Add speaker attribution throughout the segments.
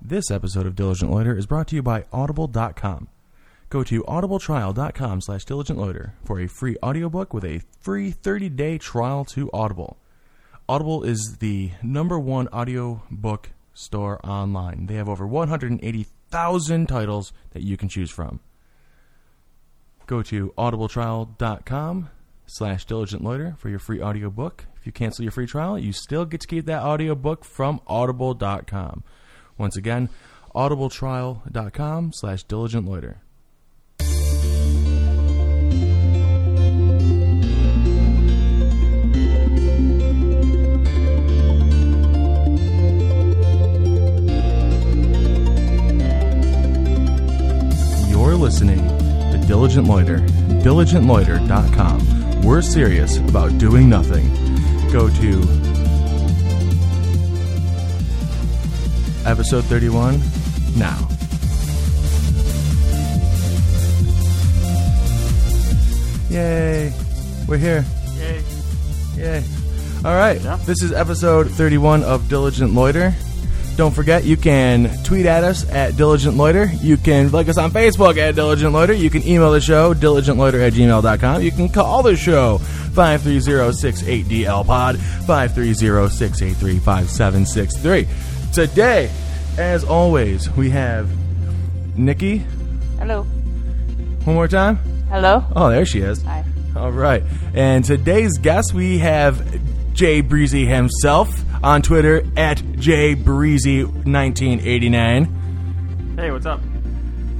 Speaker 1: This episode of Diligent Loiter is brought to you by Audible.com. Go to audibletrial.com slash diligentloiter for a free audiobook with a free 30-day trial to Audible. Audible is the number one audiobook store online. They have over 180,000 titles that you can choose from. Go to audibletrial.com slash diligentloiter for your free audiobook. If you cancel your free trial, you still get to keep that audiobook from audible.com. Once again, audibletrial.com slash diligentloiter. You're listening to Diligent Loiter, diligentloiter.com. We're serious about doing nothing. Go to episode 31 now. Yay! We're here.
Speaker 2: Yay.
Speaker 1: Yay. All right.
Speaker 2: Yeah.
Speaker 1: This is episode 31 of Diligent Loiter. Don't forget, you can tweet at us at Diligent Loiter. You can like us on Facebook at Diligent Loiter. You can email the show, diligentloiter at gmail.com. You can call the show, 530-68DL-POD, 530-683-5763. Today, as always, we have Nikki.
Speaker 2: Hello.
Speaker 1: One more time.
Speaker 2: Hello.
Speaker 1: Oh, there she is.
Speaker 2: Hi.
Speaker 1: All right. And today's guest, we have Jay Breezy himself on Twitter at JBreezy1989.
Speaker 2: Hey, what's up?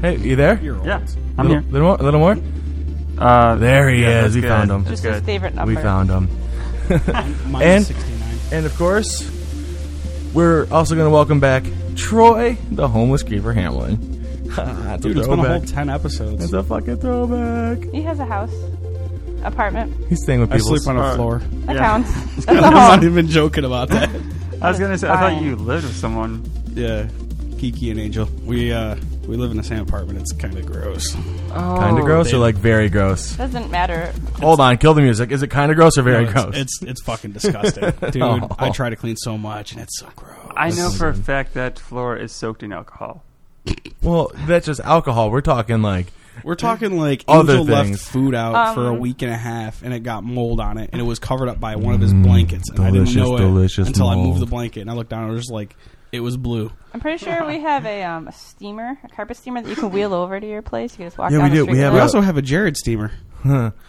Speaker 1: Hey, you there?
Speaker 2: Yeah, I'm
Speaker 1: little,
Speaker 2: here.
Speaker 1: little more? Little more?
Speaker 2: Uh,
Speaker 1: There he
Speaker 2: Yeah,
Speaker 1: is.
Speaker 2: that's
Speaker 1: We
Speaker 2: good.
Speaker 1: found him.
Speaker 2: That's
Speaker 3: Just
Speaker 2: good.
Speaker 3: his favorite number.
Speaker 1: We found him.
Speaker 4: Mine's
Speaker 1: And-
Speaker 4: 69.
Speaker 1: And of course, we're also going to welcome back Troy, the homeless keeper Hamlin. Ha, it's a
Speaker 4: Dude, it's been a whole
Speaker 1: throwback.
Speaker 4: 10
Speaker 1: It's
Speaker 4: episodes.
Speaker 1: a fucking throwback.
Speaker 3: he has a house, apartment.
Speaker 1: He's staying with
Speaker 4: I
Speaker 1: people.
Speaker 4: sleep on
Speaker 2: Uh,
Speaker 4: a floor.
Speaker 3: That
Speaker 2: Yeah.
Speaker 3: counts. That's a
Speaker 4: I'm not
Speaker 3: home.
Speaker 4: even joking about that.
Speaker 2: I was gonna say I thought
Speaker 3: Fine.
Speaker 2: you lived with someone.
Speaker 4: yeah, Kiki and Angel. We uh, we live in the same apartment. It's kind of gross.
Speaker 1: Kind of gross or like very gross?
Speaker 3: Doesn't matter.
Speaker 1: Hold on, kill the music. Is it kind of gross or very
Speaker 4: No, it's,
Speaker 1: gross?
Speaker 4: It's it's fucking disgusting, dude.
Speaker 1: Oh.
Speaker 4: I try to clean so much, and it's so gross.
Speaker 2: I know for a fact that floor is soaked in alcohol.
Speaker 1: Well, that's just alcohol. We're talking like
Speaker 4: We're talking like
Speaker 1: Other
Speaker 4: Angel left
Speaker 1: things.
Speaker 4: food out
Speaker 3: Um,
Speaker 4: for a week and a half, and it got mold on it, and it was covered up by one of his blankets. And I
Speaker 1: Mm, delicious,
Speaker 4: didn't know it
Speaker 1: delicious
Speaker 4: until I
Speaker 1: mold.
Speaker 4: moved the blanket, and I looked down, and it was just like it was blue.
Speaker 3: I'm pretty sure we have a, um, a steamer, a carpet steamer that you can wheel over to your place. You can just walk
Speaker 1: Yeah, we
Speaker 3: down
Speaker 1: do.
Speaker 3: the street.
Speaker 1: We have
Speaker 3: with
Speaker 4: We
Speaker 1: a-
Speaker 3: it.
Speaker 4: also have a Jared steamer.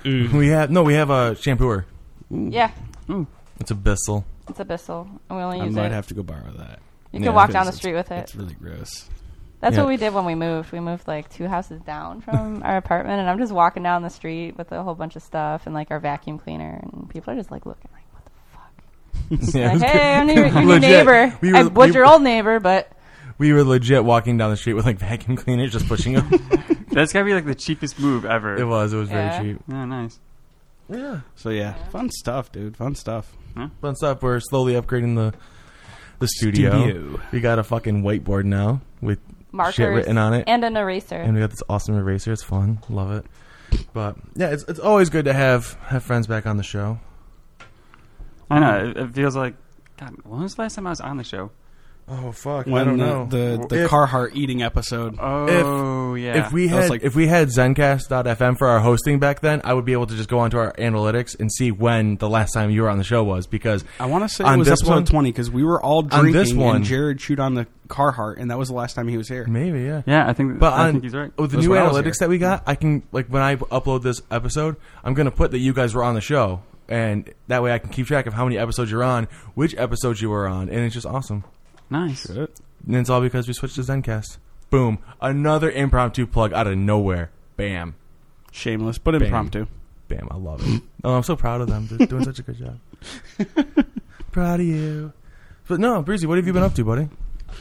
Speaker 1: we have no, we have a shampooer.
Speaker 3: yeah,
Speaker 1: It's a Bissell.
Speaker 3: it's a Bissell, and we only
Speaker 4: I
Speaker 3: use
Speaker 4: might
Speaker 3: it.
Speaker 4: have to go borrow that.
Speaker 3: you
Speaker 1: yeah,
Speaker 3: can walk
Speaker 4: because
Speaker 3: down the
Speaker 4: it's-
Speaker 3: street with it.
Speaker 4: It's really gross.
Speaker 3: That's
Speaker 1: yeah.
Speaker 3: what we did when we moved. We moved like two houses down from our apartment, and I'm just walking down the street with a whole bunch of stuff and like our vacuum cleaner, and people are just like looking like, "What the fuck?"
Speaker 1: Yeah, it was
Speaker 3: Like, hey, I'm your,
Speaker 1: good.
Speaker 3: your new
Speaker 1: Legit.
Speaker 3: neighbor.
Speaker 1: We
Speaker 3: I
Speaker 1: were,
Speaker 3: was
Speaker 1: we,
Speaker 3: your old neighbor, but
Speaker 1: we were legit walking down the street with like vacuum cleaners, just pushing them.
Speaker 2: That's gotta be like the cheapest move ever.
Speaker 1: it was. It was
Speaker 3: Yeah.
Speaker 1: very cheap.
Speaker 2: Yeah, nice.
Speaker 1: Yeah,
Speaker 4: So yeah, fun stuff, dude. Fun stuff.
Speaker 1: fun stuff. We're slowly upgrading the the studio.
Speaker 4: Studio.
Speaker 1: We got a fucking whiteboard now with
Speaker 3: markers
Speaker 1: shit written on it,
Speaker 3: and an eraser.
Speaker 1: and we got this awesome eraser. It's fun. Love it. But yeah, it's it's always good to have have friends back on the show.
Speaker 2: I know. It, it feels like God. When was the last time I was on the show?
Speaker 1: Oh fuck,
Speaker 4: When
Speaker 1: I don't
Speaker 4: the,
Speaker 1: know.
Speaker 4: the the
Speaker 1: If-
Speaker 4: Carhartt eating episode.
Speaker 2: Oh yeah.
Speaker 1: If we
Speaker 4: That was
Speaker 1: had
Speaker 4: like-
Speaker 1: if we had Zencast.fm for our hosting back then, I would be able to just go onto our analytics and see when the last time you were on the show was because
Speaker 4: I want to say
Speaker 1: On
Speaker 4: it was
Speaker 1: this
Speaker 4: episode
Speaker 1: one?
Speaker 4: twenty because we were all
Speaker 1: On
Speaker 4: drinking
Speaker 1: this one.
Speaker 4: and Jared chewed on the Carhartt, and that was the last time he was here.
Speaker 1: maybe yeah.
Speaker 2: yeah, I think.
Speaker 1: But
Speaker 2: I
Speaker 1: on
Speaker 2: think he's right.
Speaker 1: with the
Speaker 4: That's
Speaker 1: new
Speaker 4: when I was
Speaker 1: analytics
Speaker 4: here.
Speaker 1: that we got, I can like when I upload this episode, I'm gonna put that you guys were on the show, and that way I can keep track of how many episodes you're on, which episodes you were on, and it's just awesome.
Speaker 2: Nice.
Speaker 1: And it's all because we switched to Zencast. Boom! Another impromptu plug out of nowhere. Bam,
Speaker 4: Shameless, but impromptu.
Speaker 1: bam! I love it. oh, I'm so proud of them. They're doing such a good job. proud of you. But no, Breezy, what have you been up to, buddy?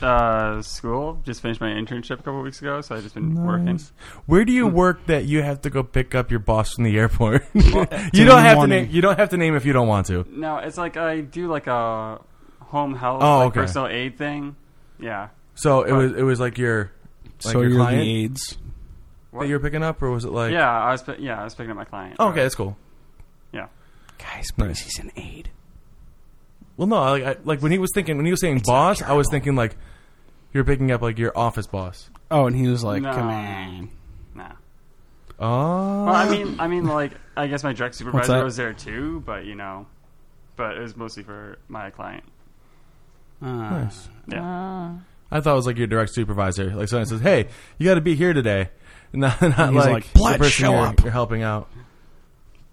Speaker 2: Uh, school. Just finished my internship a couple weeks ago, so I've just been working.
Speaker 1: Nice. Where do you work that you have to go pick up your boss from the airport? you
Speaker 4: in
Speaker 1: don't
Speaker 4: the
Speaker 1: have to
Speaker 4: morning.
Speaker 1: name. You don't have to name if you don't want to.
Speaker 2: No, it's like I do like a home health,
Speaker 1: Oh,
Speaker 2: like
Speaker 1: okay.
Speaker 2: personal aid thing. Yeah.
Speaker 1: So it
Speaker 2: Right.
Speaker 1: was it was like your like
Speaker 4: so
Speaker 1: your
Speaker 4: you're the
Speaker 1: client
Speaker 4: aides.
Speaker 1: that you were picking up, or was it like
Speaker 2: yeah, I was. pi- Yeah, I was picking up my client.
Speaker 1: Oh, okay, that's cool.
Speaker 2: Yeah.
Speaker 4: Guys,
Speaker 1: Nice.
Speaker 4: he's an aide.
Speaker 1: Well, no, like I, like when he was thinking when he was saying boss, I was thinking like You're picking up like your office boss.
Speaker 4: Oh, and he was like,
Speaker 2: No.
Speaker 4: "Come on."
Speaker 2: Nah.
Speaker 1: Oh,
Speaker 2: Well, I mean, I mean, like, I guess my direct
Speaker 4: that?
Speaker 2: supervisor was there too, but you know, but it was mostly for my client.
Speaker 4: Uh,
Speaker 1: nice.
Speaker 2: Yeah.
Speaker 3: Ah.
Speaker 1: I thought it was like your direct supervisor. Like someone says, "Hey, you got to be here today," not, not
Speaker 4: he's
Speaker 1: like,
Speaker 4: like,
Speaker 1: the
Speaker 4: "Blood,
Speaker 1: person
Speaker 4: show
Speaker 1: you're,
Speaker 4: up."
Speaker 1: you're helping out.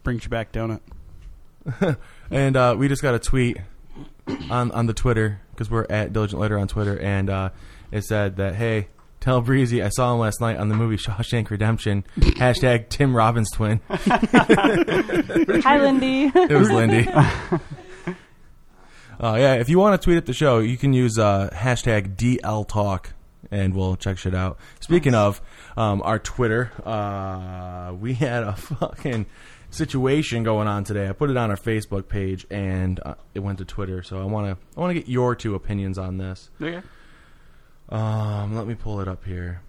Speaker 4: Brings you back donut.
Speaker 1: And uh, we just got a tweet on on the Twitter because we're at Diligent Letter on Twitter, and uh, it said that, "Hey, tell Breezy I saw him last night on the movie Shawshank Redemption." hashtag Tim Robbins twin.
Speaker 3: Hi, Lindy.
Speaker 1: It was Lindy. Uh, yeah, if you want to tweet at the show, you can use uh, hashtag DLTalk, and we'll check shit out. Speaking of um, our Twitter, uh, we had a fucking situation going on today. I put it on our Facebook page, and uh, it went to Twitter. So I want to I want to get your two opinions on this.
Speaker 2: Okay.
Speaker 1: Um, let me pull it up here.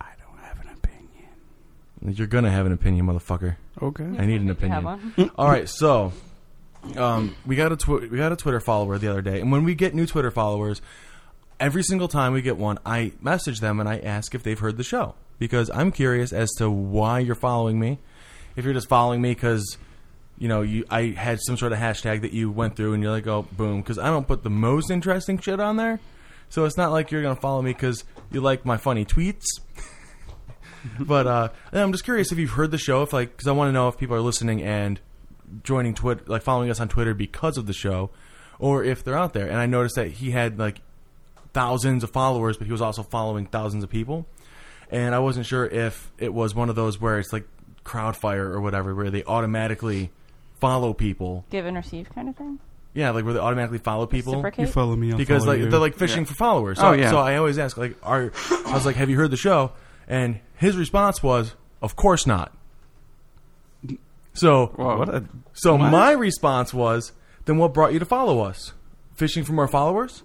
Speaker 4: I don't have an opinion.
Speaker 1: You're gonna have an opinion, motherfucker.
Speaker 4: Okay.
Speaker 1: I need an
Speaker 3: Mm-hmm. You have
Speaker 1: opinion.
Speaker 3: one?
Speaker 1: All right, so um, we got a tw- we got a Twitter follower the other day, and when we get new Twitter followers, every single time we get one, I message them and I ask if they've heard the show because I'm curious as to why you're following me. If you're just following me because you know you I had some sort of hashtag that you went through and you're like, oh, boom, because I don't put the most interesting shit on there, so it's not like you're gonna follow me because you like my funny tweets but uh, and I'm just curious if you've heard the show, if like, because I want to know if people are listening and joining Twitter, like following us on Twitter because of the show, or if they're out there. And I noticed that he had like thousands of followers, but he was also following thousands of people. And I wasn't sure if it was one of those where it's like Crowdfire or whatever, where they automatically follow people.
Speaker 3: Give and receive kind of thing.
Speaker 1: Yeah, like where they automatically follow people
Speaker 3: Reciprocate.
Speaker 4: follow me? I'll
Speaker 1: because
Speaker 4: follow
Speaker 1: like
Speaker 4: you.
Speaker 1: they're like fishing
Speaker 2: Yeah.
Speaker 1: for followers. So,
Speaker 2: Oh, yeah.
Speaker 1: so I always ask like, are I was like, have you heard the show? And his response was, of course not. So
Speaker 2: Whoa.
Speaker 4: what a
Speaker 1: so
Speaker 4: What?
Speaker 1: my response was, then what brought you to follow us? Fishing for more followers?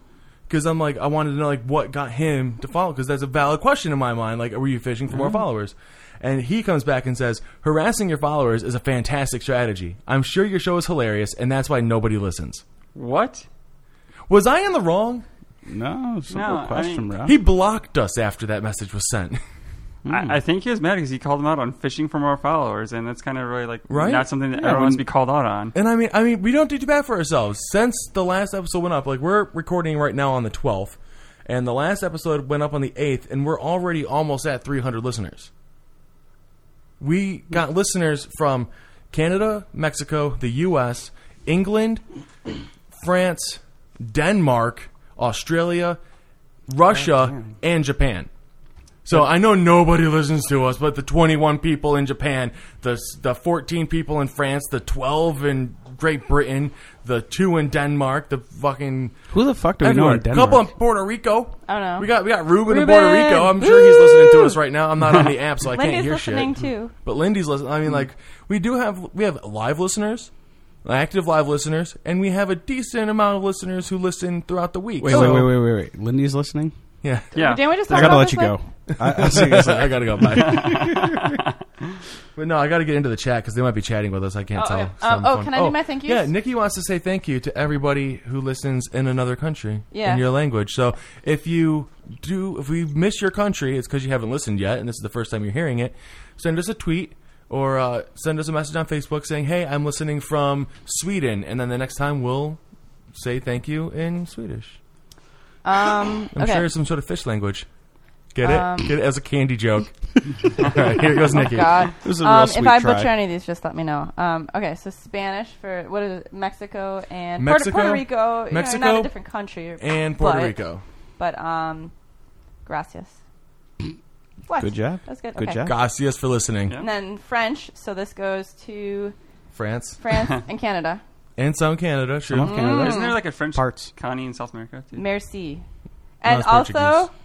Speaker 1: Because I'm like, I wanted to know like what got him to follow. Because that's a valid question in my mind. Like, were you fishing for more followers? And he comes back and says, harassing your followers is a fantastic strategy. I'm sure your show is hilarious, and that's why nobody listens.
Speaker 2: What?
Speaker 1: Was I in the wrong?
Speaker 4: no simple
Speaker 2: No, I
Speaker 4: question,
Speaker 2: mean-
Speaker 4: bro.
Speaker 1: He blocked us after that message was sent. Hmm.
Speaker 2: I, I think he was mad because he called him out on fishing for more followers, and that's kind of really like
Speaker 1: Right?
Speaker 2: not something that
Speaker 4: Yeah,
Speaker 2: everyone's
Speaker 4: when-
Speaker 2: be called out on.
Speaker 1: And I mean, I mean, we don't do too bad for ourselves. Since the last episode went up, like we're recording right now on the 12th, and the last episode went up on the 8th, and we're already almost at 300 listeners. We got listeners from Canada, Mexico, the U.S., England, France, Denmark, Australia, Russia, and Japan. So I know nobody listens to us, but the 21 people in Japan, the s- the 14 people in France, the 12 in Great Britain, the two in Denmark, the fucking
Speaker 4: Who the fuck do we know
Speaker 1: everywhere.
Speaker 4: in Denmark?
Speaker 1: couple in Puerto Rico.
Speaker 3: Oh, no.
Speaker 1: we got we got Ruben, in
Speaker 3: Ruben!
Speaker 1: Puerto Rico. I'm sure he's listening to us right now. I'm not on the app, so I can't
Speaker 3: Lindy's
Speaker 1: hear
Speaker 3: listening
Speaker 1: shit.
Speaker 3: too.
Speaker 1: But Lindy's listening. I mean, like we do have we have live listeners, active live listeners, and we have a decent amount of listeners who listen throughout the week.
Speaker 4: wait, wait, wait, wait, wait, wait. Lindy's listening.
Speaker 1: yeah.
Speaker 2: Yeah.
Speaker 3: Didn't we just talk
Speaker 4: I gotta
Speaker 3: about
Speaker 4: let
Speaker 3: this,
Speaker 4: you
Speaker 3: like-
Speaker 4: go. I, I see you.
Speaker 1: It's like, I gotta go. Bye. but no, I gotta get into the chat because they might be chatting with us. I can't
Speaker 3: Oh,
Speaker 1: tell.
Speaker 3: yeah.
Speaker 1: It's not
Speaker 3: Um, oh,
Speaker 1: fun.
Speaker 3: can I do my thank yous?
Speaker 1: Yeah, Nikki wants to say thank you to everybody who listens in another country
Speaker 3: Yeah.
Speaker 1: in your language. So if you do, if we miss your country, it's because you haven't listened yet, and this is the first time you're hearing it. Send us a tweet. Or uh, send us a message on Facebook saying, "Hey, I'm listening from Sweden," and then the next time we'll say thank you in Swedish.
Speaker 3: Um,
Speaker 1: I'm
Speaker 3: okay.
Speaker 1: sure it's some sort of fish language. Get it?
Speaker 3: Um,
Speaker 1: Get it as a candy joke. Oh All right, here goes Nikki.
Speaker 3: Oh, God.
Speaker 4: This is a real
Speaker 3: Um,
Speaker 4: sweet
Speaker 3: if I
Speaker 4: try.
Speaker 3: butcher any of these, just let me know. Um, okay, so Spanish for what is it? Mexico and
Speaker 1: Mexico,
Speaker 3: Puerto, Puerto Rico. you know,
Speaker 1: Mexico,
Speaker 3: not a different country.
Speaker 1: and Puerto
Speaker 3: but-
Speaker 1: Rico.
Speaker 3: But um, gracias. What?
Speaker 4: Good job.
Speaker 3: That's good.
Speaker 4: Good
Speaker 3: okay.
Speaker 4: job.
Speaker 1: Gracias for listening.
Speaker 2: Yeah.
Speaker 3: And then French. So this goes to
Speaker 1: France
Speaker 3: France and Canada.
Speaker 1: and some Canada. Sure.
Speaker 4: Some of Canada.
Speaker 2: Isn't there like a French
Speaker 4: Parts.
Speaker 2: colony in South America? Too?
Speaker 3: Merci. And
Speaker 1: it's
Speaker 3: also,
Speaker 1: Portuguese.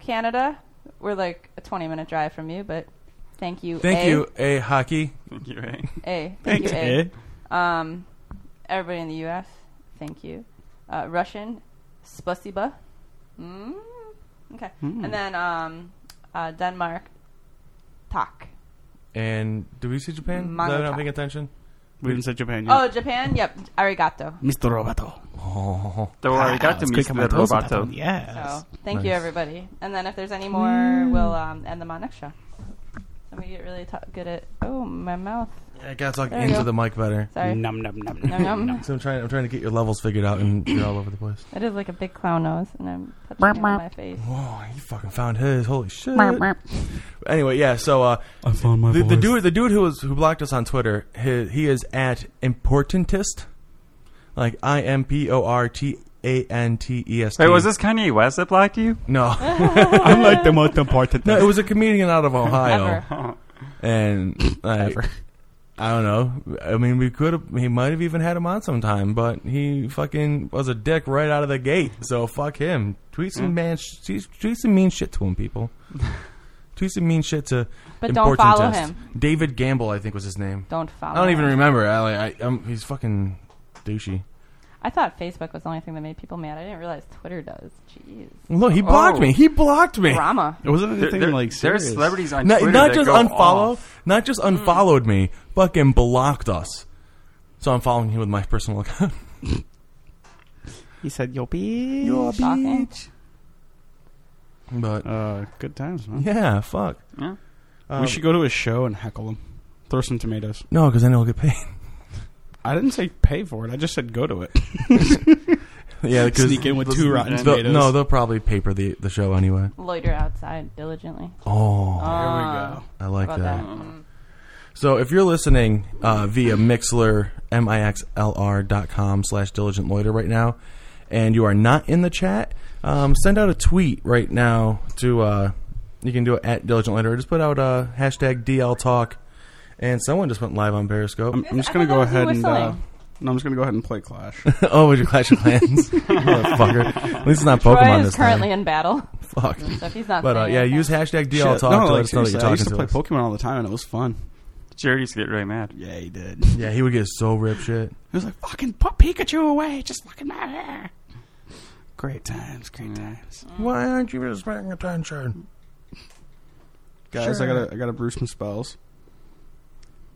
Speaker 3: Canada. We're like a 20 minute drive from you, but thank you.
Speaker 1: Thank
Speaker 3: A.
Speaker 1: you, a hockey.
Speaker 2: Thank you, eh?
Speaker 4: Ah,
Speaker 3: A. Thank
Speaker 4: Thanks,
Speaker 3: you,
Speaker 4: eh?
Speaker 3: Um, everybody in the U.S., thank you. Uh, Russian, spasiba. Mm, okay.
Speaker 4: Mm.
Speaker 1: Hmm.
Speaker 3: And then um, uh, Denmark, tak.
Speaker 1: And do we see Japan?
Speaker 3: Manga
Speaker 1: No, I'm not
Speaker 3: talk.
Speaker 1: paying attention.
Speaker 4: We didn't say Japan yet.
Speaker 3: Oh, Japan, yep. Oh, Arigato.
Speaker 4: Mr. Roboto.
Speaker 1: Oh,
Speaker 2: Don't worry, I got
Speaker 4: Ah,
Speaker 2: to
Speaker 4: let's
Speaker 2: meet
Speaker 4: click
Speaker 2: the
Speaker 4: on my toes on
Speaker 2: robot
Speaker 4: that one.
Speaker 2: though.
Speaker 4: Yes.
Speaker 3: So thank you
Speaker 1: Nice. Hmm.
Speaker 3: everybody. And then if there's any more, we'll um, end them on next show. Let me get really ta good at. Oh, my mouth.
Speaker 1: I gotta talk
Speaker 3: There you
Speaker 1: into
Speaker 3: go.
Speaker 1: the mic better.
Speaker 3: Sorry.
Speaker 4: Nom nom nom.
Speaker 3: Nom, nom.
Speaker 1: So I'm trying. I'm trying to get your levels figured out, and you're all over the place.
Speaker 3: That is like a big clown nose, and I'm touching it on my face.
Speaker 1: Whoa, he fucking found his. Holy shit. anyway, yeah. So uh,
Speaker 4: I found my
Speaker 1: the, the
Speaker 4: voice.
Speaker 1: dude, the dude who was who blocked us on Twitter, he, he is at importantist, like I M P O R T A N T E S T.
Speaker 2: Wait, was this Kanye West that blocked you?
Speaker 1: No,
Speaker 4: I'm like the most important.
Speaker 1: no, it was a comedian out of Ohio,
Speaker 2: Ever.
Speaker 1: and like, I don't know. I mean, we could have. He might have even had him on sometime, but he fucking was a dick right out of the gate. So fuck him. Tweet some man. Sh- tweet some mean shit to him, people. tweet some mean shit to.
Speaker 3: But don't follow
Speaker 1: Importantist.
Speaker 3: him.
Speaker 1: David Gamble, I think was his name.
Speaker 3: Don't follow.
Speaker 1: I don't even
Speaker 3: him.
Speaker 1: remember. I, like, I, um he's fucking douchey.
Speaker 3: I thought Facebook was the only thing that made people mad. I didn't realize Twitter does. Jeez.
Speaker 1: Look, he blocked
Speaker 2: Oh.
Speaker 1: me. He blocked me.
Speaker 3: Drama.
Speaker 4: It wasn't
Speaker 2: There,
Speaker 4: anything
Speaker 2: there,
Speaker 4: like
Speaker 2: there are
Speaker 4: serious.
Speaker 2: celebrities on
Speaker 1: Not,
Speaker 2: Twitter
Speaker 1: not
Speaker 2: that
Speaker 1: just
Speaker 2: go
Speaker 1: unfollow,
Speaker 2: off.
Speaker 1: not just unfollowed me, fucking blocked us. So I'm following him with my personal account.
Speaker 4: He said, "Yo, be
Speaker 3: Shocking.
Speaker 1: But
Speaker 4: Uh, good times, man.
Speaker 1: yeah, fuck.
Speaker 2: Yeah.
Speaker 1: Um,
Speaker 4: we should go to a show and heckle him. Throw some tomatoes.
Speaker 1: no, because then he'll get paid.
Speaker 4: I didn't say pay for it. I just said go to it.
Speaker 1: yeah, because
Speaker 4: Sneak in with two rotten
Speaker 2: the-
Speaker 1: they'll-
Speaker 4: tomatoes.
Speaker 1: no, they'll probably paper the the show anyway.
Speaker 3: Loiter outside diligently.
Speaker 1: Oh,
Speaker 3: Ah,
Speaker 4: go.
Speaker 1: I like
Speaker 3: about that. Mm.
Speaker 1: So if you're listening uh, via Mixler, M-I-X-L-R dot com slash Diligent Loiter right now, and you are not in the chat, um, send out a tweet right now to, uh, you can do it at Diligent Loiter. Just put out uh, hashtag DL Talk, and someone just went live on Periscope.
Speaker 4: I'm, I'm
Speaker 3: Yes,
Speaker 4: just
Speaker 3: I
Speaker 4: gonna
Speaker 3: thought that
Speaker 4: go
Speaker 3: was you
Speaker 4: ahead and. Uh,
Speaker 3: whistling.
Speaker 4: no, I'm just gonna go ahead and play Clash.
Speaker 1: oh, with your Clash of Clans. Motherfucker. At least it's not Pokemon
Speaker 3: Troy is
Speaker 1: this
Speaker 3: currently
Speaker 1: time.
Speaker 3: in battle,
Speaker 1: Fuck.
Speaker 3: so if he's not.
Speaker 1: But uh,
Speaker 3: saying
Speaker 1: yeah,
Speaker 3: anything-
Speaker 1: use hashtag DL
Speaker 4: Shit.
Speaker 1: Talk
Speaker 4: No,
Speaker 1: to
Speaker 4: like,
Speaker 1: let us know that
Speaker 4: seriously,
Speaker 1: you're
Speaker 4: I
Speaker 1: talking
Speaker 4: used
Speaker 1: to,
Speaker 4: to play
Speaker 1: us.
Speaker 4: Pokemon all the time, and it was fun.
Speaker 2: Jerry used to get really mad.
Speaker 4: Yeah, he did.
Speaker 1: Yeah, he would get so rip shit.
Speaker 3: Mm.
Speaker 4: It was like fucking put Pikachu away. Just fucking matter. Great times, great times.
Speaker 1: Why aren't you just paying attention?
Speaker 4: Guys,
Speaker 1: Sure.
Speaker 4: I gotta I gotta brew some spells.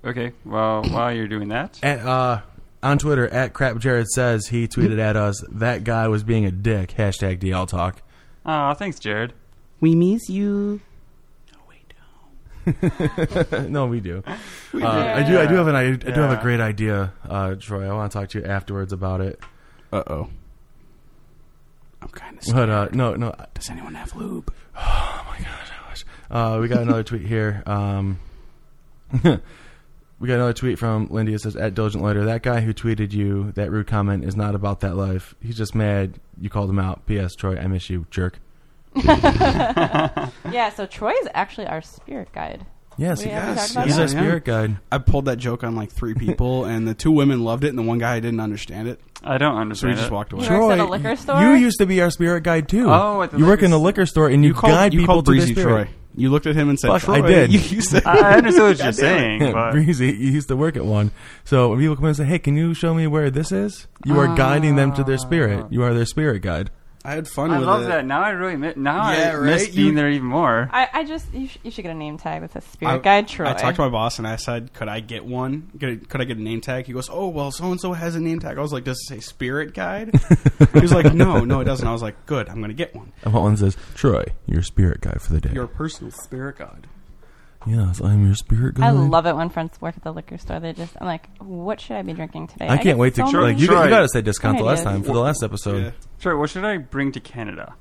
Speaker 2: Okay, well, while you're doing that,
Speaker 1: at, uh, on Twitter at crap Jared says he tweeted at us that guy was being a dick. Hashtag DL talk.
Speaker 2: oh, thanks, Jared.
Speaker 4: We miss you.
Speaker 1: no, we do. Uh, I do. I do have an. I, I do have a
Speaker 2: Yeah.
Speaker 1: great idea, uh, Troy. I want to talk to you afterwards about it.
Speaker 4: Uh oh. I'm kind of.
Speaker 1: But uh, no, no. I-
Speaker 4: Does anyone have lube?
Speaker 1: Uh, we got another tweet here. Um, we got another tweet from Lindy. It says at Diligent Loiter. That guy who tweeted you that rude comment is not about that life. He's just mad you called him out. P.S. Troy, I miss you, jerk.
Speaker 3: yeah. So Troy is actually our spirit guide.
Speaker 1: Yes,
Speaker 3: We
Speaker 1: he-
Speaker 3: haven't
Speaker 4: yes,
Speaker 3: talked about
Speaker 1: he's
Speaker 4: yeah.
Speaker 1: our
Speaker 3: that?
Speaker 1: spirit guide.
Speaker 4: I pulled that joke on like three people, and the two women loved it, and the one guy didn't understand it,
Speaker 2: I don't
Speaker 4: so he
Speaker 2: understand.
Speaker 4: just
Speaker 2: it.
Speaker 4: walked away.
Speaker 3: You Sure. works at a liquor
Speaker 1: y-
Speaker 3: store?
Speaker 1: You used to be our spirit guide too.
Speaker 2: Oh, at the
Speaker 1: you work
Speaker 2: liquor
Speaker 1: in a
Speaker 2: store.
Speaker 1: liquor store and you, guide
Speaker 4: you
Speaker 1: people
Speaker 4: called
Speaker 1: to
Speaker 4: Breezy
Speaker 1: the
Speaker 4: Troy.
Speaker 1: spirit.
Speaker 4: You looked at him and said,
Speaker 1: Fuck, I
Speaker 4: "Troy."
Speaker 1: did.
Speaker 4: You, you said,
Speaker 2: I I understand what you're
Speaker 4: God damn
Speaker 2: saying,
Speaker 4: it.
Speaker 2: but
Speaker 1: Breezy, you used to work at one. So when people come in and say, "Hey, can you show me where this is?" You are guiding them to their
Speaker 4: Ah.
Speaker 1: spirit. You are their spirit guide.
Speaker 4: I had fun
Speaker 2: I
Speaker 4: with
Speaker 2: love
Speaker 4: it.
Speaker 2: that. Now I really mi- now
Speaker 4: Yeah,
Speaker 2: I
Speaker 4: right?
Speaker 2: miss
Speaker 4: You-
Speaker 2: being there even more.
Speaker 3: I, I just you, sh- you should get a name tag that says spirit
Speaker 4: I-
Speaker 3: guide Troy.
Speaker 4: I talked to my boss and I said, "Could I get one? Could, could I get a name tag?" He goes, "Oh well, so and so has a name tag." I was like, "Does it say Spirit Guide?" he was like, "No, no, it doesn't." I was like, "Good, I'm gonna get one.
Speaker 1: I want one that says, "Troy, your spirit guide for the day."
Speaker 4: Your personal Spirit Guide."
Speaker 1: yes, I'm your spirit guide.
Speaker 3: I love it when friends work at the liquor store. They just I'm like, what should I be drinking today?
Speaker 1: I
Speaker 3: get
Speaker 1: can't wait to
Speaker 3: so
Speaker 1: tr- like
Speaker 3: many-
Speaker 1: you,
Speaker 2: Troy.
Speaker 1: you got to say discount the last
Speaker 3: Ideas.
Speaker 1: time for the last episode.
Speaker 4: Yeah.
Speaker 2: Sure, what should I bring to Canada?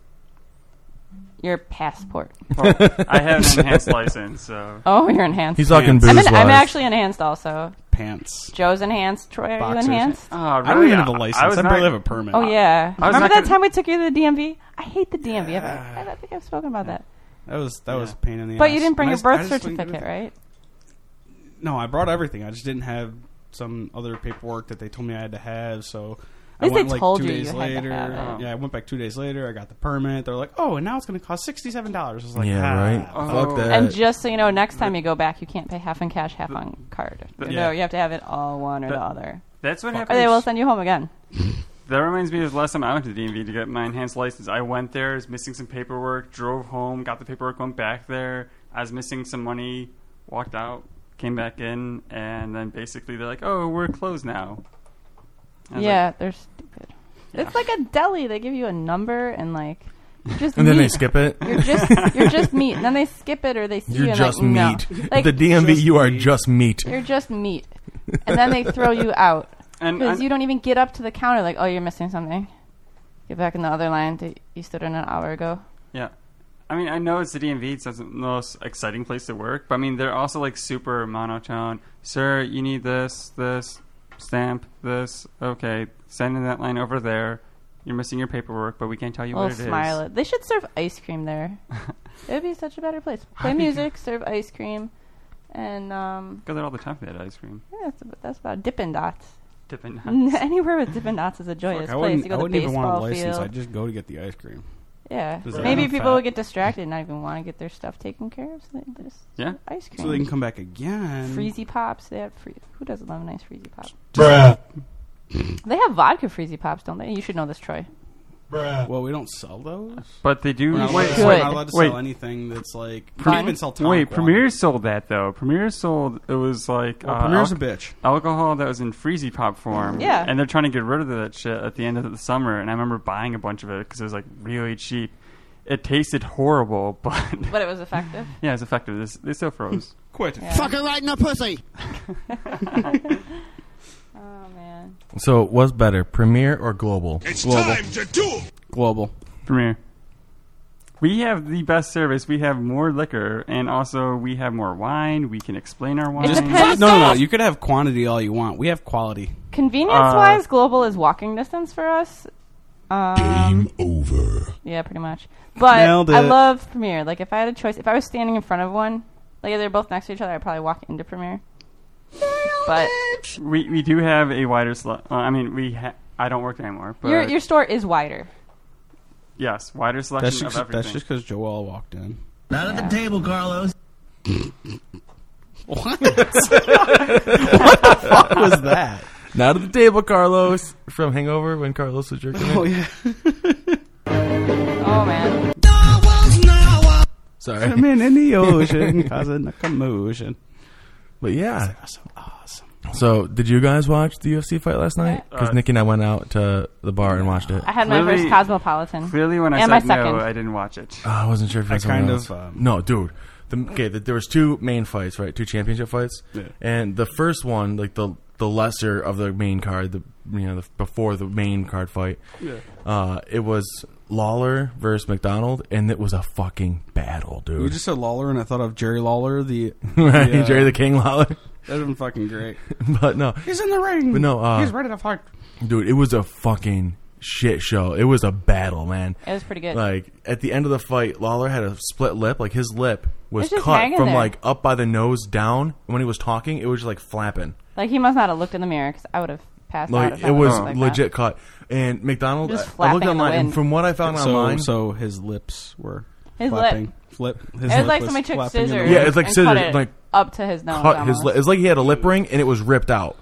Speaker 3: your passport.
Speaker 2: Well, I have an enhanced license, so
Speaker 3: Oh, you're enhanced.
Speaker 1: He's talking
Speaker 4: Pants.
Speaker 1: booze
Speaker 3: I'm, en- I'm
Speaker 1: wise.
Speaker 3: actually enhanced also.
Speaker 4: Pants.
Speaker 3: Joe's enhanced. Troy, are
Speaker 4: Boxers.
Speaker 3: you enhanced?
Speaker 2: Ah,
Speaker 4: I don't
Speaker 2: really?
Speaker 4: even have a license. I,
Speaker 2: was
Speaker 4: barely
Speaker 2: not-
Speaker 4: have a permit.
Speaker 3: Oh yeah.
Speaker 2: I was
Speaker 3: Remember
Speaker 2: not
Speaker 3: that
Speaker 2: gonna-
Speaker 3: time we took you to the DMV? I hate the DMV. I've-
Speaker 4: Yeah.
Speaker 3: I don't think I've spoken about that.
Speaker 4: that was that was a pain in the.
Speaker 3: But
Speaker 4: ass.
Speaker 3: you didn't bring
Speaker 4: And I
Speaker 3: your birth
Speaker 4: just- I just didn't do
Speaker 3: certificate,
Speaker 4: anything.
Speaker 3: right?
Speaker 4: No, I brought everything. I just didn't have some other paperwork that they told me I had to have. So
Speaker 3: At least
Speaker 4: I went
Speaker 3: they
Speaker 4: like
Speaker 3: told
Speaker 4: two
Speaker 3: you
Speaker 4: days
Speaker 3: you had to
Speaker 4: later.
Speaker 3: have
Speaker 2: it.
Speaker 4: Yeah, I went back two days later. I got the permit. They're like, "Oh, and now it's going to cost sixty-seven dollars." I was like,
Speaker 1: Yeah,
Speaker 4: ah,
Speaker 1: right.
Speaker 2: Oh.
Speaker 1: Fuck that.
Speaker 3: And just so you know, next time you go back, you can't pay half in cash, half on card.
Speaker 2: the-
Speaker 3: no, you have to have it all one or
Speaker 2: the-
Speaker 3: the other,
Speaker 2: that's what
Speaker 3: or
Speaker 2: happened.
Speaker 3: they will send you home again.
Speaker 2: That reminds me of the last time I went to the DMV to get my enhanced license. I went there, was missing some paperwork, drove home, got the paperwork, went back there. I was missing some money, walked out, came back in, and then basically they're like, "Oh, we're closed now." I was
Speaker 3: Yeah, they're stupid.
Speaker 2: like,
Speaker 3: It's like a deli. They give you a number and like you just
Speaker 1: And then they
Speaker 3: meat.
Speaker 1: skip it.
Speaker 3: You're just you're just meat. And then they skip it or they see you
Speaker 1: You're
Speaker 3: and
Speaker 1: just
Speaker 3: like, no.
Speaker 1: meat.
Speaker 3: Like,
Speaker 1: the DMV,
Speaker 4: Just
Speaker 1: you are
Speaker 4: meat.
Speaker 1: just meat.
Speaker 3: You're just meat. And then they throw you out
Speaker 2: And,
Speaker 3: because
Speaker 2: and
Speaker 3: you don't even get up to the counter. Like, oh, you're missing something. Get back in the other line that you stood in an hour ago.
Speaker 2: yeah, I mean, I know it's the DMV. It's not the most exciting place to work, but I mean, they're also like super monotone. Sir, you need this, this stamp, this. Okay, send in that line over there. You're missing your paperwork, but we can't tell you
Speaker 3: Little
Speaker 2: what it is.
Speaker 3: smile. They should serve ice cream there. it would be such a better place. Play
Speaker 2: Happy to-
Speaker 3: music, serve ice cream, and um,
Speaker 2: Go there all the time for that ice cream.
Speaker 3: yeah, that's about, that's about Dippin' Dots.
Speaker 2: Dipping.
Speaker 3: Anywhere with Dippin' Dots is a joyous
Speaker 4: Fuck, I
Speaker 3: place.
Speaker 4: wouldn't,
Speaker 3: You
Speaker 4: I
Speaker 3: go to
Speaker 4: wouldn't even want a
Speaker 3: baseball
Speaker 4: license.
Speaker 3: field.
Speaker 4: I'd just go to get the ice cream.
Speaker 3: Yeah.
Speaker 4: Does
Speaker 2: that
Speaker 3: Maybe
Speaker 4: count?
Speaker 3: people
Speaker 4: Fat.
Speaker 3: will get distracted and not even want to get their stuff taken care of. So they just
Speaker 2: Yeah.
Speaker 3: ice cream.
Speaker 4: So they can come back again.
Speaker 3: freezy pops. They have free. Who doesn't love a nice freezy pop?
Speaker 5: Bruh.
Speaker 3: They have vodka freezy pops, don't they? You should know this, Troy.
Speaker 5: Bruh.
Speaker 4: Well, we don't sell those.
Speaker 2: But they do.
Speaker 4: We're not,
Speaker 2: wait,
Speaker 4: allowed,
Speaker 3: Good.
Speaker 4: to- we're not allowed to
Speaker 2: Wait.
Speaker 4: sell anything that's like. We
Speaker 3: Fine.
Speaker 4: can't even sell tonic
Speaker 2: wait.
Speaker 4: water.
Speaker 2: Premier sold that though. Premier sold. It was like
Speaker 4: Well,
Speaker 2: uh,
Speaker 4: Premier's
Speaker 2: alco-
Speaker 4: a bitch.
Speaker 2: alcohol that was in freezy pop form.
Speaker 3: Yeah.
Speaker 2: And they're trying to get rid of that shit at the end of the summer. And I remember buying a bunch of it because it was like really cheap. It tasted horrible, but
Speaker 3: But it was effective.
Speaker 2: yeah, it's effective. This they still froze.
Speaker 4: Quit.
Speaker 3: Yeah.
Speaker 6: Fuck her right in the pussy.
Speaker 3: Oh man.
Speaker 1: So, what's better, Premier or Global?
Speaker 4: Global. Global.
Speaker 2: Premier. We have the best service. We have more liquor, and also we have more wine. We can explain our wine.
Speaker 3: depends.
Speaker 4: no,
Speaker 3: Fuck
Speaker 4: no, no.
Speaker 3: off.
Speaker 4: You could have quantity all you want. We have quality.
Speaker 3: Convenience wise, global is walking distance for us. Um,
Speaker 5: over.
Speaker 3: yeah, pretty much. But
Speaker 4: Nailed
Speaker 3: I
Speaker 4: it.
Speaker 3: love Premiere. Like, if I had a choice, if I was standing in front of one, like if they're both next to each other, I'd probably walk into Premiere. But
Speaker 2: We we do have a wider selection. Uh, I mean, we ha- I don't work there anymore, but
Speaker 3: your your store is wider.
Speaker 2: yes, wider selection
Speaker 4: That's
Speaker 2: of
Speaker 4: just
Speaker 2: everything.
Speaker 4: that's just because Joel walked in.
Speaker 5: Not at the table, Carlos.
Speaker 4: What? what the fuck was that?
Speaker 1: Now to the table, Carlos from Hangover when Carlos was jerking. it.
Speaker 4: Oh, yeah.
Speaker 3: Oh man.
Speaker 1: Sorry,
Speaker 4: Swimming in the ocean, causing a commotion.
Speaker 1: but yeah.
Speaker 4: Awesome, awesome.
Speaker 1: So, did you guys watch the UFC fight last night? Because
Speaker 2: Uh,
Speaker 1: Nick and I went out to the bar and watched it.
Speaker 3: I had my
Speaker 2: Clearly-
Speaker 3: first Cosmopolitan.
Speaker 2: Clearly, when I
Speaker 3: And my
Speaker 2: said no,
Speaker 3: second.
Speaker 2: I didn't watch it.
Speaker 1: Ah, I wasn't sure if it was
Speaker 4: I
Speaker 1: someone
Speaker 4: kind
Speaker 1: else.
Speaker 4: of, um,
Speaker 1: no, dude. The, okay, the, there was two main fights, right? Two championship fights,
Speaker 4: Yeah.
Speaker 1: and the first one, like the the lesser of the main card, the you know the, before the main card fight, uh, it was Lawler versus McDonald, and it was a fucking battle,
Speaker 4: You
Speaker 1: dude.
Speaker 4: just said Lawler, and I thought of Jerry Lawler. The
Speaker 1: Right?
Speaker 4: Yeah.
Speaker 1: Jerry the King Lawler,
Speaker 4: that'd been fucking great.
Speaker 1: but no,
Speaker 4: He's in the ring.
Speaker 1: But no, uh,
Speaker 4: he's ready to fight.
Speaker 1: dude, it was a fucking shit show. It was a battle, man.
Speaker 3: It was pretty good.
Speaker 1: Like at the end of the fight, Lawler had a split lip. Like his lip was
Speaker 3: It's just
Speaker 1: cut
Speaker 3: hanging
Speaker 1: from
Speaker 3: there.
Speaker 1: like up by the nose down. And when he was talking, it was just like flapping.
Speaker 3: Like he must not have looked in the mirror because I would have passed out.
Speaker 1: Like
Speaker 3: if I
Speaker 1: it
Speaker 3: would've
Speaker 1: was
Speaker 3: looked like that.
Speaker 1: legit cut. And McDonald, I,
Speaker 3: Just
Speaker 1: I looked
Speaker 3: flapping in the
Speaker 1: online, and
Speaker 3: wind.
Speaker 1: from what I found
Speaker 4: So,
Speaker 1: online,
Speaker 4: so his lips were
Speaker 3: His lip.
Speaker 4: flapping. Flip. His
Speaker 3: It
Speaker 4: lip
Speaker 3: was like
Speaker 4: was
Speaker 3: somebody took
Speaker 4: flapping in the
Speaker 3: scissors.
Speaker 1: Yeah,
Speaker 4: wind.
Speaker 1: it's like
Speaker 3: and
Speaker 1: scissors,
Speaker 3: cut it
Speaker 1: like,
Speaker 3: up to his nose.
Speaker 1: cut his
Speaker 3: almost.
Speaker 1: lip. It's like he had a lip ring and it was ripped out.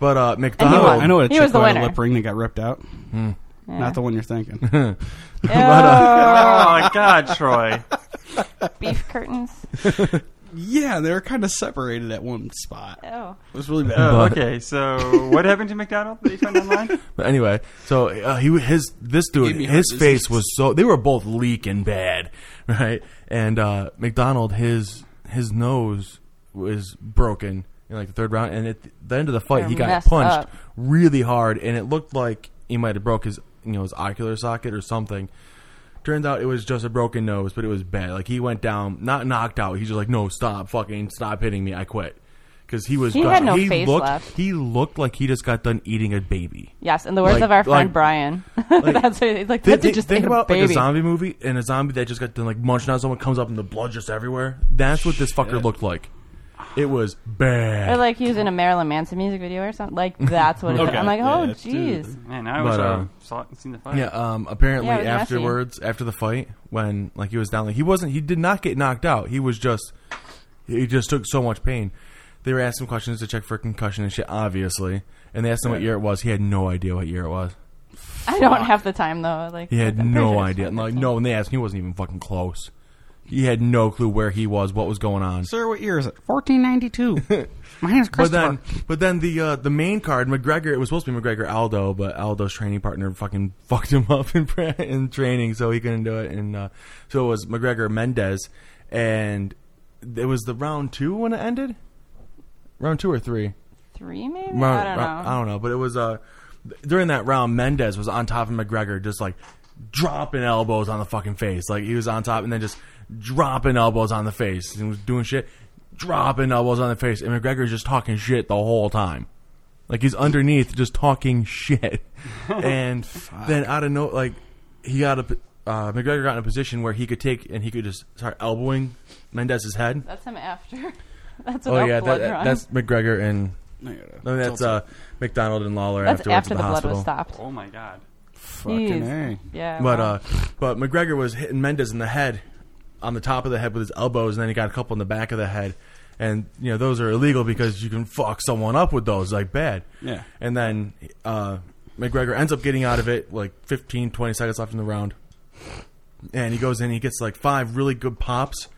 Speaker 1: But uh,
Speaker 3: Oh. he
Speaker 1: McDonald,
Speaker 3: won.
Speaker 4: I know a
Speaker 3: He
Speaker 4: chick
Speaker 3: was the
Speaker 4: who had a
Speaker 3: winner.
Speaker 4: lip ring that got ripped out.
Speaker 3: Yeah.
Speaker 4: Not the one you're thinking.
Speaker 2: Oh my God, Troy!
Speaker 3: Ew, Oh, beef curtains.
Speaker 4: yeah, they were kind of separated at one spot.
Speaker 3: Oh,
Speaker 4: It was really bad.
Speaker 2: Oh, okay, so what happened to McDonald that you found online?
Speaker 1: But anyway, so uh, he his this dude
Speaker 4: Gave me
Speaker 1: his
Speaker 4: heart
Speaker 1: face was so they were both leaking bad, right? And uh, McDonald his his nose was broken in like the third round, and at the end of the fight he
Speaker 3: They're
Speaker 1: got
Speaker 3: messed
Speaker 1: punched
Speaker 3: up.
Speaker 1: really hard, and it looked like he might have broke his you know his ocular socket or something. Turns out it was just a broken nose, but it was bad. Like he went down, not knocked out. He's just like, no, stop, fucking stop hitting me. I quit. Because he was
Speaker 3: He
Speaker 1: done.
Speaker 3: had no face
Speaker 1: looked,
Speaker 3: left.
Speaker 1: He looked like he just got done eating a baby.
Speaker 3: yes. In the words
Speaker 1: Like-
Speaker 3: of our friend
Speaker 1: like-
Speaker 3: Brian, that's what, he's like
Speaker 1: Th-
Speaker 3: that's
Speaker 1: th-
Speaker 3: just
Speaker 1: think
Speaker 3: ate
Speaker 1: about
Speaker 3: a baby.
Speaker 1: like a zombie movie and a zombie that just got done like munching on someone comes up and the blood just everywhere. That's what this fucker looked like. It was
Speaker 3: or
Speaker 1: bad.
Speaker 3: like he was in a Marilyn Manson music video or something. Like that's what it
Speaker 4: Okay.
Speaker 3: is. I'm like,
Speaker 4: Yeah,
Speaker 3: oh
Speaker 4: that's- dude.
Speaker 3: jeez.
Speaker 2: Man, I wish
Speaker 1: But,
Speaker 2: I
Speaker 1: uh,
Speaker 2: saw seen the fight.
Speaker 1: yeah. Um. Apparently,
Speaker 3: Yeah, it was messy.
Speaker 1: afterwards, after the fight, when like he was down, like he wasn't. He did not get knocked out. He was just. He just took so much pain. They were asking questions to check for concussion and shit, obviously. And they asked him what year it was. He had no idea what year it was.
Speaker 3: I don't have the time though. Like
Speaker 1: He had
Speaker 3: I'm pretty
Speaker 1: no
Speaker 3: sure it's
Speaker 1: idea. And, like
Speaker 3: fine.
Speaker 1: no, when they asked him, he wasn't even fucking close. He had no clue where he was, what was going on.
Speaker 4: Sir, what year is it? 1492. My name's
Speaker 1: But
Speaker 4: Christopher.
Speaker 1: then, but then the uh, the main card, McGregor. It was supposed to be McGregor Aldo, but Aldo's training partner fucking fucked him up in pra- in training, so he couldn't do it. And uh, so it was McGregor Mendez, and it was the round two when it ended. Round two or three?
Speaker 3: Three maybe.
Speaker 1: Round-
Speaker 3: I don't
Speaker 1: round-
Speaker 3: know.
Speaker 1: I don't know, but it was uh th- during that round, Mendez was on top of McGregor, just like dropping elbows on the fucking face. Like he was on top, and then just dropping elbows on the face, and was doing shit, dropping elbows on the face, and McGregor's just talking shit the whole time. Like he's underneath, just talking shit, and then out of no, like he got a. Uh, McGregor got in a position where he could take and he could just start elbowing Mendez's head.
Speaker 3: That's him after. That's
Speaker 1: Oh
Speaker 3: about
Speaker 1: yeah, that,
Speaker 3: blood
Speaker 1: that-
Speaker 3: run.
Speaker 1: that's McGregor and
Speaker 4: I gotta-
Speaker 1: no, that's uh, McDonald and Lawler
Speaker 3: That's
Speaker 1: afterwards
Speaker 3: after
Speaker 1: at
Speaker 3: the,
Speaker 1: the,
Speaker 3: blood
Speaker 1: hospital.
Speaker 3: was stopped.
Speaker 2: Oh my god.
Speaker 4: Fucking
Speaker 3: Jeez.
Speaker 4: A.
Speaker 3: Yeah.
Speaker 1: But
Speaker 3: wow.
Speaker 1: uh, but McGregor was hitting Mendez in the head, on the top of the head with his elbows, and then he got a couple in the back of the head, and you know those are illegal because you can fuck someone up with those like bad.
Speaker 4: Yeah.
Speaker 1: And then uh, McGregor ends up getting out of it like 15, 20 seconds left in the round, and he goes in, he gets like five really good pops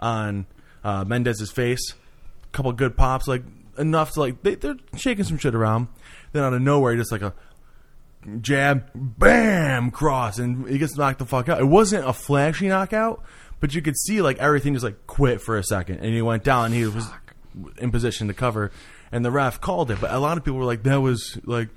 Speaker 1: on uh, Mendez's face, a couple good pops like enough to like they, they're shaking some shit around. Then out of nowhere, just like a jab, bam, cross, and he gets knocked the fuck out. It wasn't a flashy knockout, but you could see like everything just like quit for a second, and he went down. And he was in position to cover, and the ref called it. But a lot of people were like, "That was like."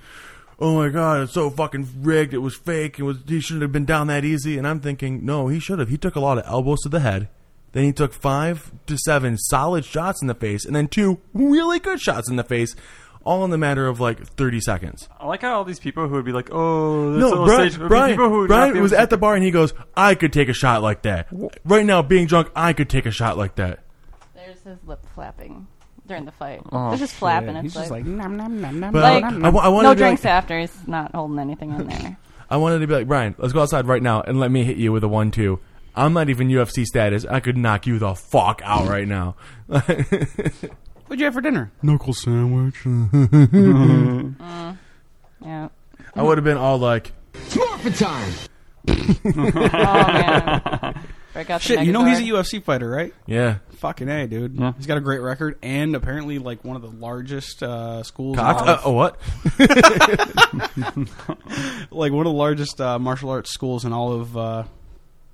Speaker 1: Oh my god, it's so fucking rigged. It was fake. It was he shouldn't have been down that easy. And I'm thinking, no, he should have. He took a lot of elbows to the head. Then he took five to seven solid shots in the face, and then two really good shots in the face, all in the matter of like 30 seconds
Speaker 2: I like how all these people who would be like, "Oh, that's
Speaker 1: no,
Speaker 2: all
Speaker 1: Brian,
Speaker 2: stage," would be
Speaker 1: Brian,
Speaker 2: people who would not
Speaker 1: Brian
Speaker 2: be able
Speaker 1: was
Speaker 2: to-
Speaker 1: at the bar and he goes, I could take a shot like that. Right now, being drunk, I could take a shot like that.
Speaker 3: There's his lip flapping during the fight.
Speaker 2: Oh,
Speaker 3: There's just flapping.
Speaker 4: He's
Speaker 3: It's like,
Speaker 4: just like, nom, nom, nom, nom,
Speaker 1: But
Speaker 3: Like-
Speaker 1: I,
Speaker 4: nom,
Speaker 1: I,
Speaker 4: nom.
Speaker 1: wa- I wanted
Speaker 3: no
Speaker 1: to be
Speaker 3: drinks
Speaker 1: like,
Speaker 3: after. He's not holding anything in there.
Speaker 1: I wanted to be like, Brian, let's go outside right now and let me hit you with a one two. I'm not even UFC status. I could knock you the fuck out right now.
Speaker 4: What'd you have for dinner? Knuckle sandwich.
Speaker 3: yeah.
Speaker 1: I would have been all like,
Speaker 3: Oh man. Break out the
Speaker 4: Shit, you know he's a
Speaker 3: Megazord.
Speaker 4: UFC fighter, right?
Speaker 1: yeah.
Speaker 4: Fucking A, dude.
Speaker 2: Yeah.
Speaker 4: He's got a great record and apparently like one of the largest uh, schools, in
Speaker 1: Cock-
Speaker 4: all
Speaker 1: uh, oh, what?
Speaker 4: of- like one of the largest uh, martial arts schools in all of. Uh,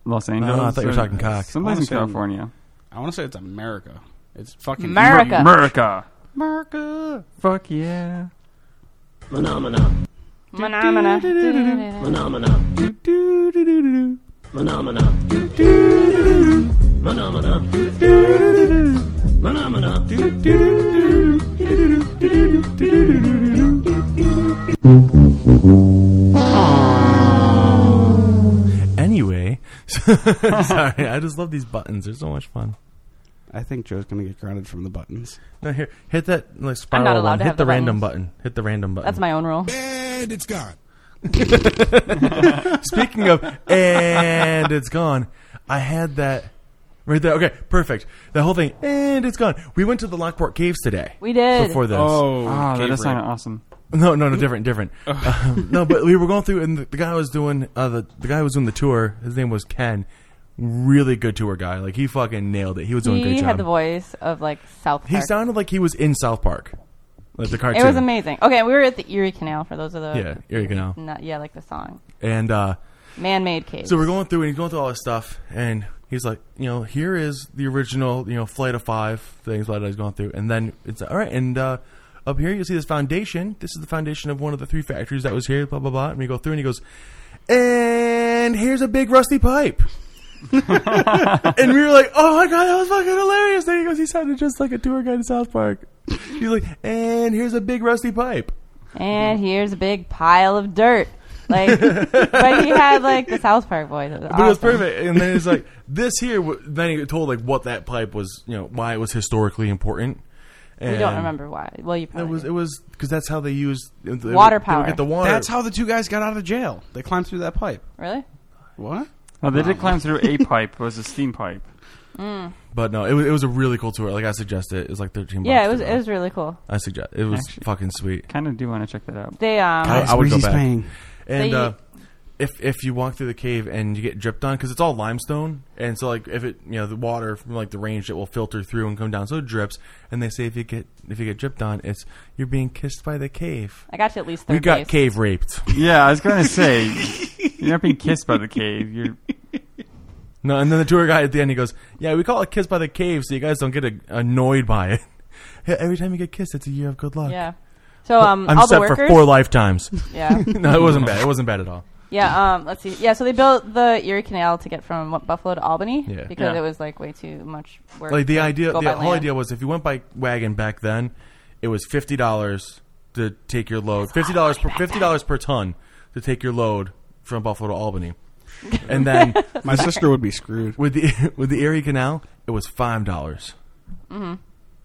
Speaker 2: Los Angeles.
Speaker 1: No, Oh, I thought you were
Speaker 2: or-
Speaker 1: talking cock.
Speaker 2: Someplace in
Speaker 4: Awesome.
Speaker 2: California.
Speaker 4: I want to say it's America. It's fucking
Speaker 3: America.
Speaker 2: America.
Speaker 4: America.
Speaker 2: Fuck yeah.
Speaker 5: Phenomena.
Speaker 3: Phenomena.
Speaker 5: Phenomena.
Speaker 4: Do-do-do-do-do.
Speaker 5: Phenomena. Phenomena. Phenomena.
Speaker 1: Anyway, sorry. I just love these buttons. They're so much fun.
Speaker 4: I think Joe's gonna get grounded from the buttons.
Speaker 1: No, here, hit that like spiral
Speaker 3: allowed
Speaker 1: one.
Speaker 3: to
Speaker 1: Hit
Speaker 3: have
Speaker 1: the,
Speaker 3: the
Speaker 1: random
Speaker 3: buttons.
Speaker 1: button. Hit the random button.
Speaker 3: That's my own rule.
Speaker 5: And it's gone.
Speaker 1: Speaking of, and it's gone. I had that right there. Okay, perfect. The whole thing, and it's gone. We went to the Lockport Caves today.
Speaker 3: We did.
Speaker 1: before this.
Speaker 2: Oh, that does
Speaker 4: Gabriel.
Speaker 2: sound awesome.
Speaker 1: No, no, no, different, different. Um, no, but we were going through, and the, the guy was doing uh, the the guy who was doing the tour. His name was Ken. Really good tour guy. Like he fucking nailed it. He was doing a
Speaker 3: He
Speaker 1: great
Speaker 3: had
Speaker 1: job.
Speaker 3: the voice of like South Park.
Speaker 1: he sounded like he was in South Park, like the cartoon.
Speaker 3: it was amazing. Okay, we were at the Erie Canal for those of the
Speaker 1: Yeah, Erie Canal.
Speaker 3: Not, yeah, like the song.
Speaker 1: And uh,
Speaker 3: Man-made cave.
Speaker 1: So we're going through and he's going through all this stuff, and he's like, you know, here is the original, you know, flight of five things that he's going through, and then it's all right, and uh, up here you see this foundation. This is the foundation of one of the three factories that was here. Blah blah blah. And we go through, and he goes, and here's a big rusty pipe. and we were like, "Oh my god, that was fucking hilarious!" Then he goes, "He sounded just like a tour guide in South Park." He's like, "And here's a big rusty pipe."
Speaker 3: and here's a big pile of dirt. Like, but he had like the South Park voice. It was
Speaker 1: But it was
Speaker 3: awesome.
Speaker 1: perfect. And then it's like this here. wa- Then he told like what that pipe was, you know, why it was historically important. And
Speaker 3: We don't remember why. Well, you
Speaker 1: It
Speaker 3: probably
Speaker 1: was
Speaker 3: do.
Speaker 1: it was because that's how they used they would-
Speaker 3: Water
Speaker 1: they would
Speaker 3: power.
Speaker 1: Get the water.
Speaker 4: That's how the two guys got out of jail. They climbed through that pipe.
Speaker 3: really.
Speaker 4: What?
Speaker 2: Oh, they did climb through a pipe. It was a steam pipe.
Speaker 1: But no, it was it was a really cool tour. Like I suggest it. It was like thirteen. bucks
Speaker 3: Yeah, it
Speaker 1: to
Speaker 3: was
Speaker 1: go.
Speaker 3: it was really cool.
Speaker 1: I suggest it was
Speaker 2: Actually-
Speaker 1: fucking sweet.
Speaker 2: Kind of do want to check that out.
Speaker 3: They um
Speaker 1: I- I would go
Speaker 4: Breezy's
Speaker 1: back.
Speaker 4: playing.
Speaker 1: And
Speaker 3: They-
Speaker 1: uh, if if you walk through the cave and you get dripped on because it's all limestone and so like if it you know the water from like the range it will filter through and come down so it drips and they say if you get if you get dripped on it's you're being kissed by the cave.
Speaker 3: I got you at least third
Speaker 1: We got
Speaker 3: base.
Speaker 1: cave raped.
Speaker 2: Yeah, I was gonna say you're not being kissed by the cave. You're
Speaker 1: No, and then the tour guide at the end he goes, "Yeah, we call it kiss by the cave, so you guys don't get a- annoyed by it. Every time you get kissed, it's a year of good luck."
Speaker 3: Yeah. So um,
Speaker 1: I'm
Speaker 3: all
Speaker 1: set
Speaker 3: the workers.
Speaker 1: for four lifetimes.
Speaker 3: yeah.
Speaker 1: no, it wasn't bad. It wasn't bad at all.
Speaker 3: Yeah, um, let's see. Yeah, so they built the Erie Canal to get from what, Buffalo to Albany
Speaker 1: Yeah.
Speaker 3: because
Speaker 2: Yeah.
Speaker 3: it was like way too much work.
Speaker 1: Like the
Speaker 3: to
Speaker 1: idea,
Speaker 3: go
Speaker 1: the
Speaker 3: by
Speaker 1: whole
Speaker 3: land.
Speaker 1: idea was if you went by wagon back then, it was fifty dollars to take your load. Fifty dollars per fifty dollars per ton to take your load from Buffalo to Albany, and then
Speaker 4: My sister would be screwed.
Speaker 1: with the with the Erie Canal, it was five dollars. Mm-hmm.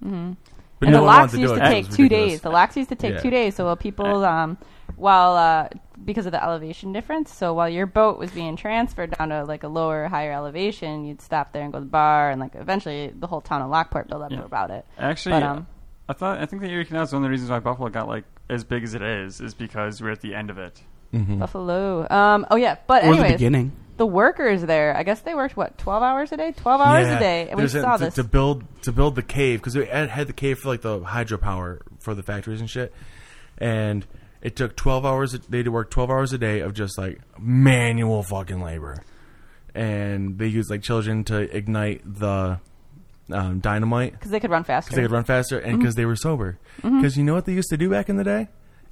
Speaker 1: Mm-hmm. But
Speaker 3: And
Speaker 1: no
Speaker 3: the
Speaker 1: one wanted
Speaker 3: locks
Speaker 1: to do
Speaker 3: used
Speaker 1: it
Speaker 3: to
Speaker 1: 'cause it
Speaker 3: take
Speaker 1: was
Speaker 3: two
Speaker 1: ridiculous.
Speaker 3: days. The locks used to take
Speaker 1: Yeah. Uh,
Speaker 3: two days. So while people, um, while uh, because of the elevation difference, so while your boat was being transferred down to like a lower, higher elevation, you'd stop there and go to the bar, and like eventually the whole town of Lockport built up
Speaker 2: Yeah.
Speaker 3: about it.
Speaker 2: actually.
Speaker 3: But, um,
Speaker 2: I thought I think the Erie Canal is one of the reasons why Buffalo got like as big as it is is because we're at the end of it.
Speaker 3: Buffalo. Um, oh yeah, but
Speaker 4: Or the
Speaker 3: anyways, the,
Speaker 4: beginning.
Speaker 3: workers there. I guess they worked what twelve hours a day, twelve hours a day, and we
Speaker 1: There's a-
Speaker 3: saw
Speaker 1: to,
Speaker 3: this.
Speaker 1: to build to build the cave because it had had the cave for like the hydropower for the factories and shit, and it took twelve hours. a- They had to work twelve hours a day of just like manual fucking labor, and they used like children to ignite the um, dynamite
Speaker 3: because they could run faster.
Speaker 1: because they could run faster and because they were sober. Because you know what they used to do back in the day?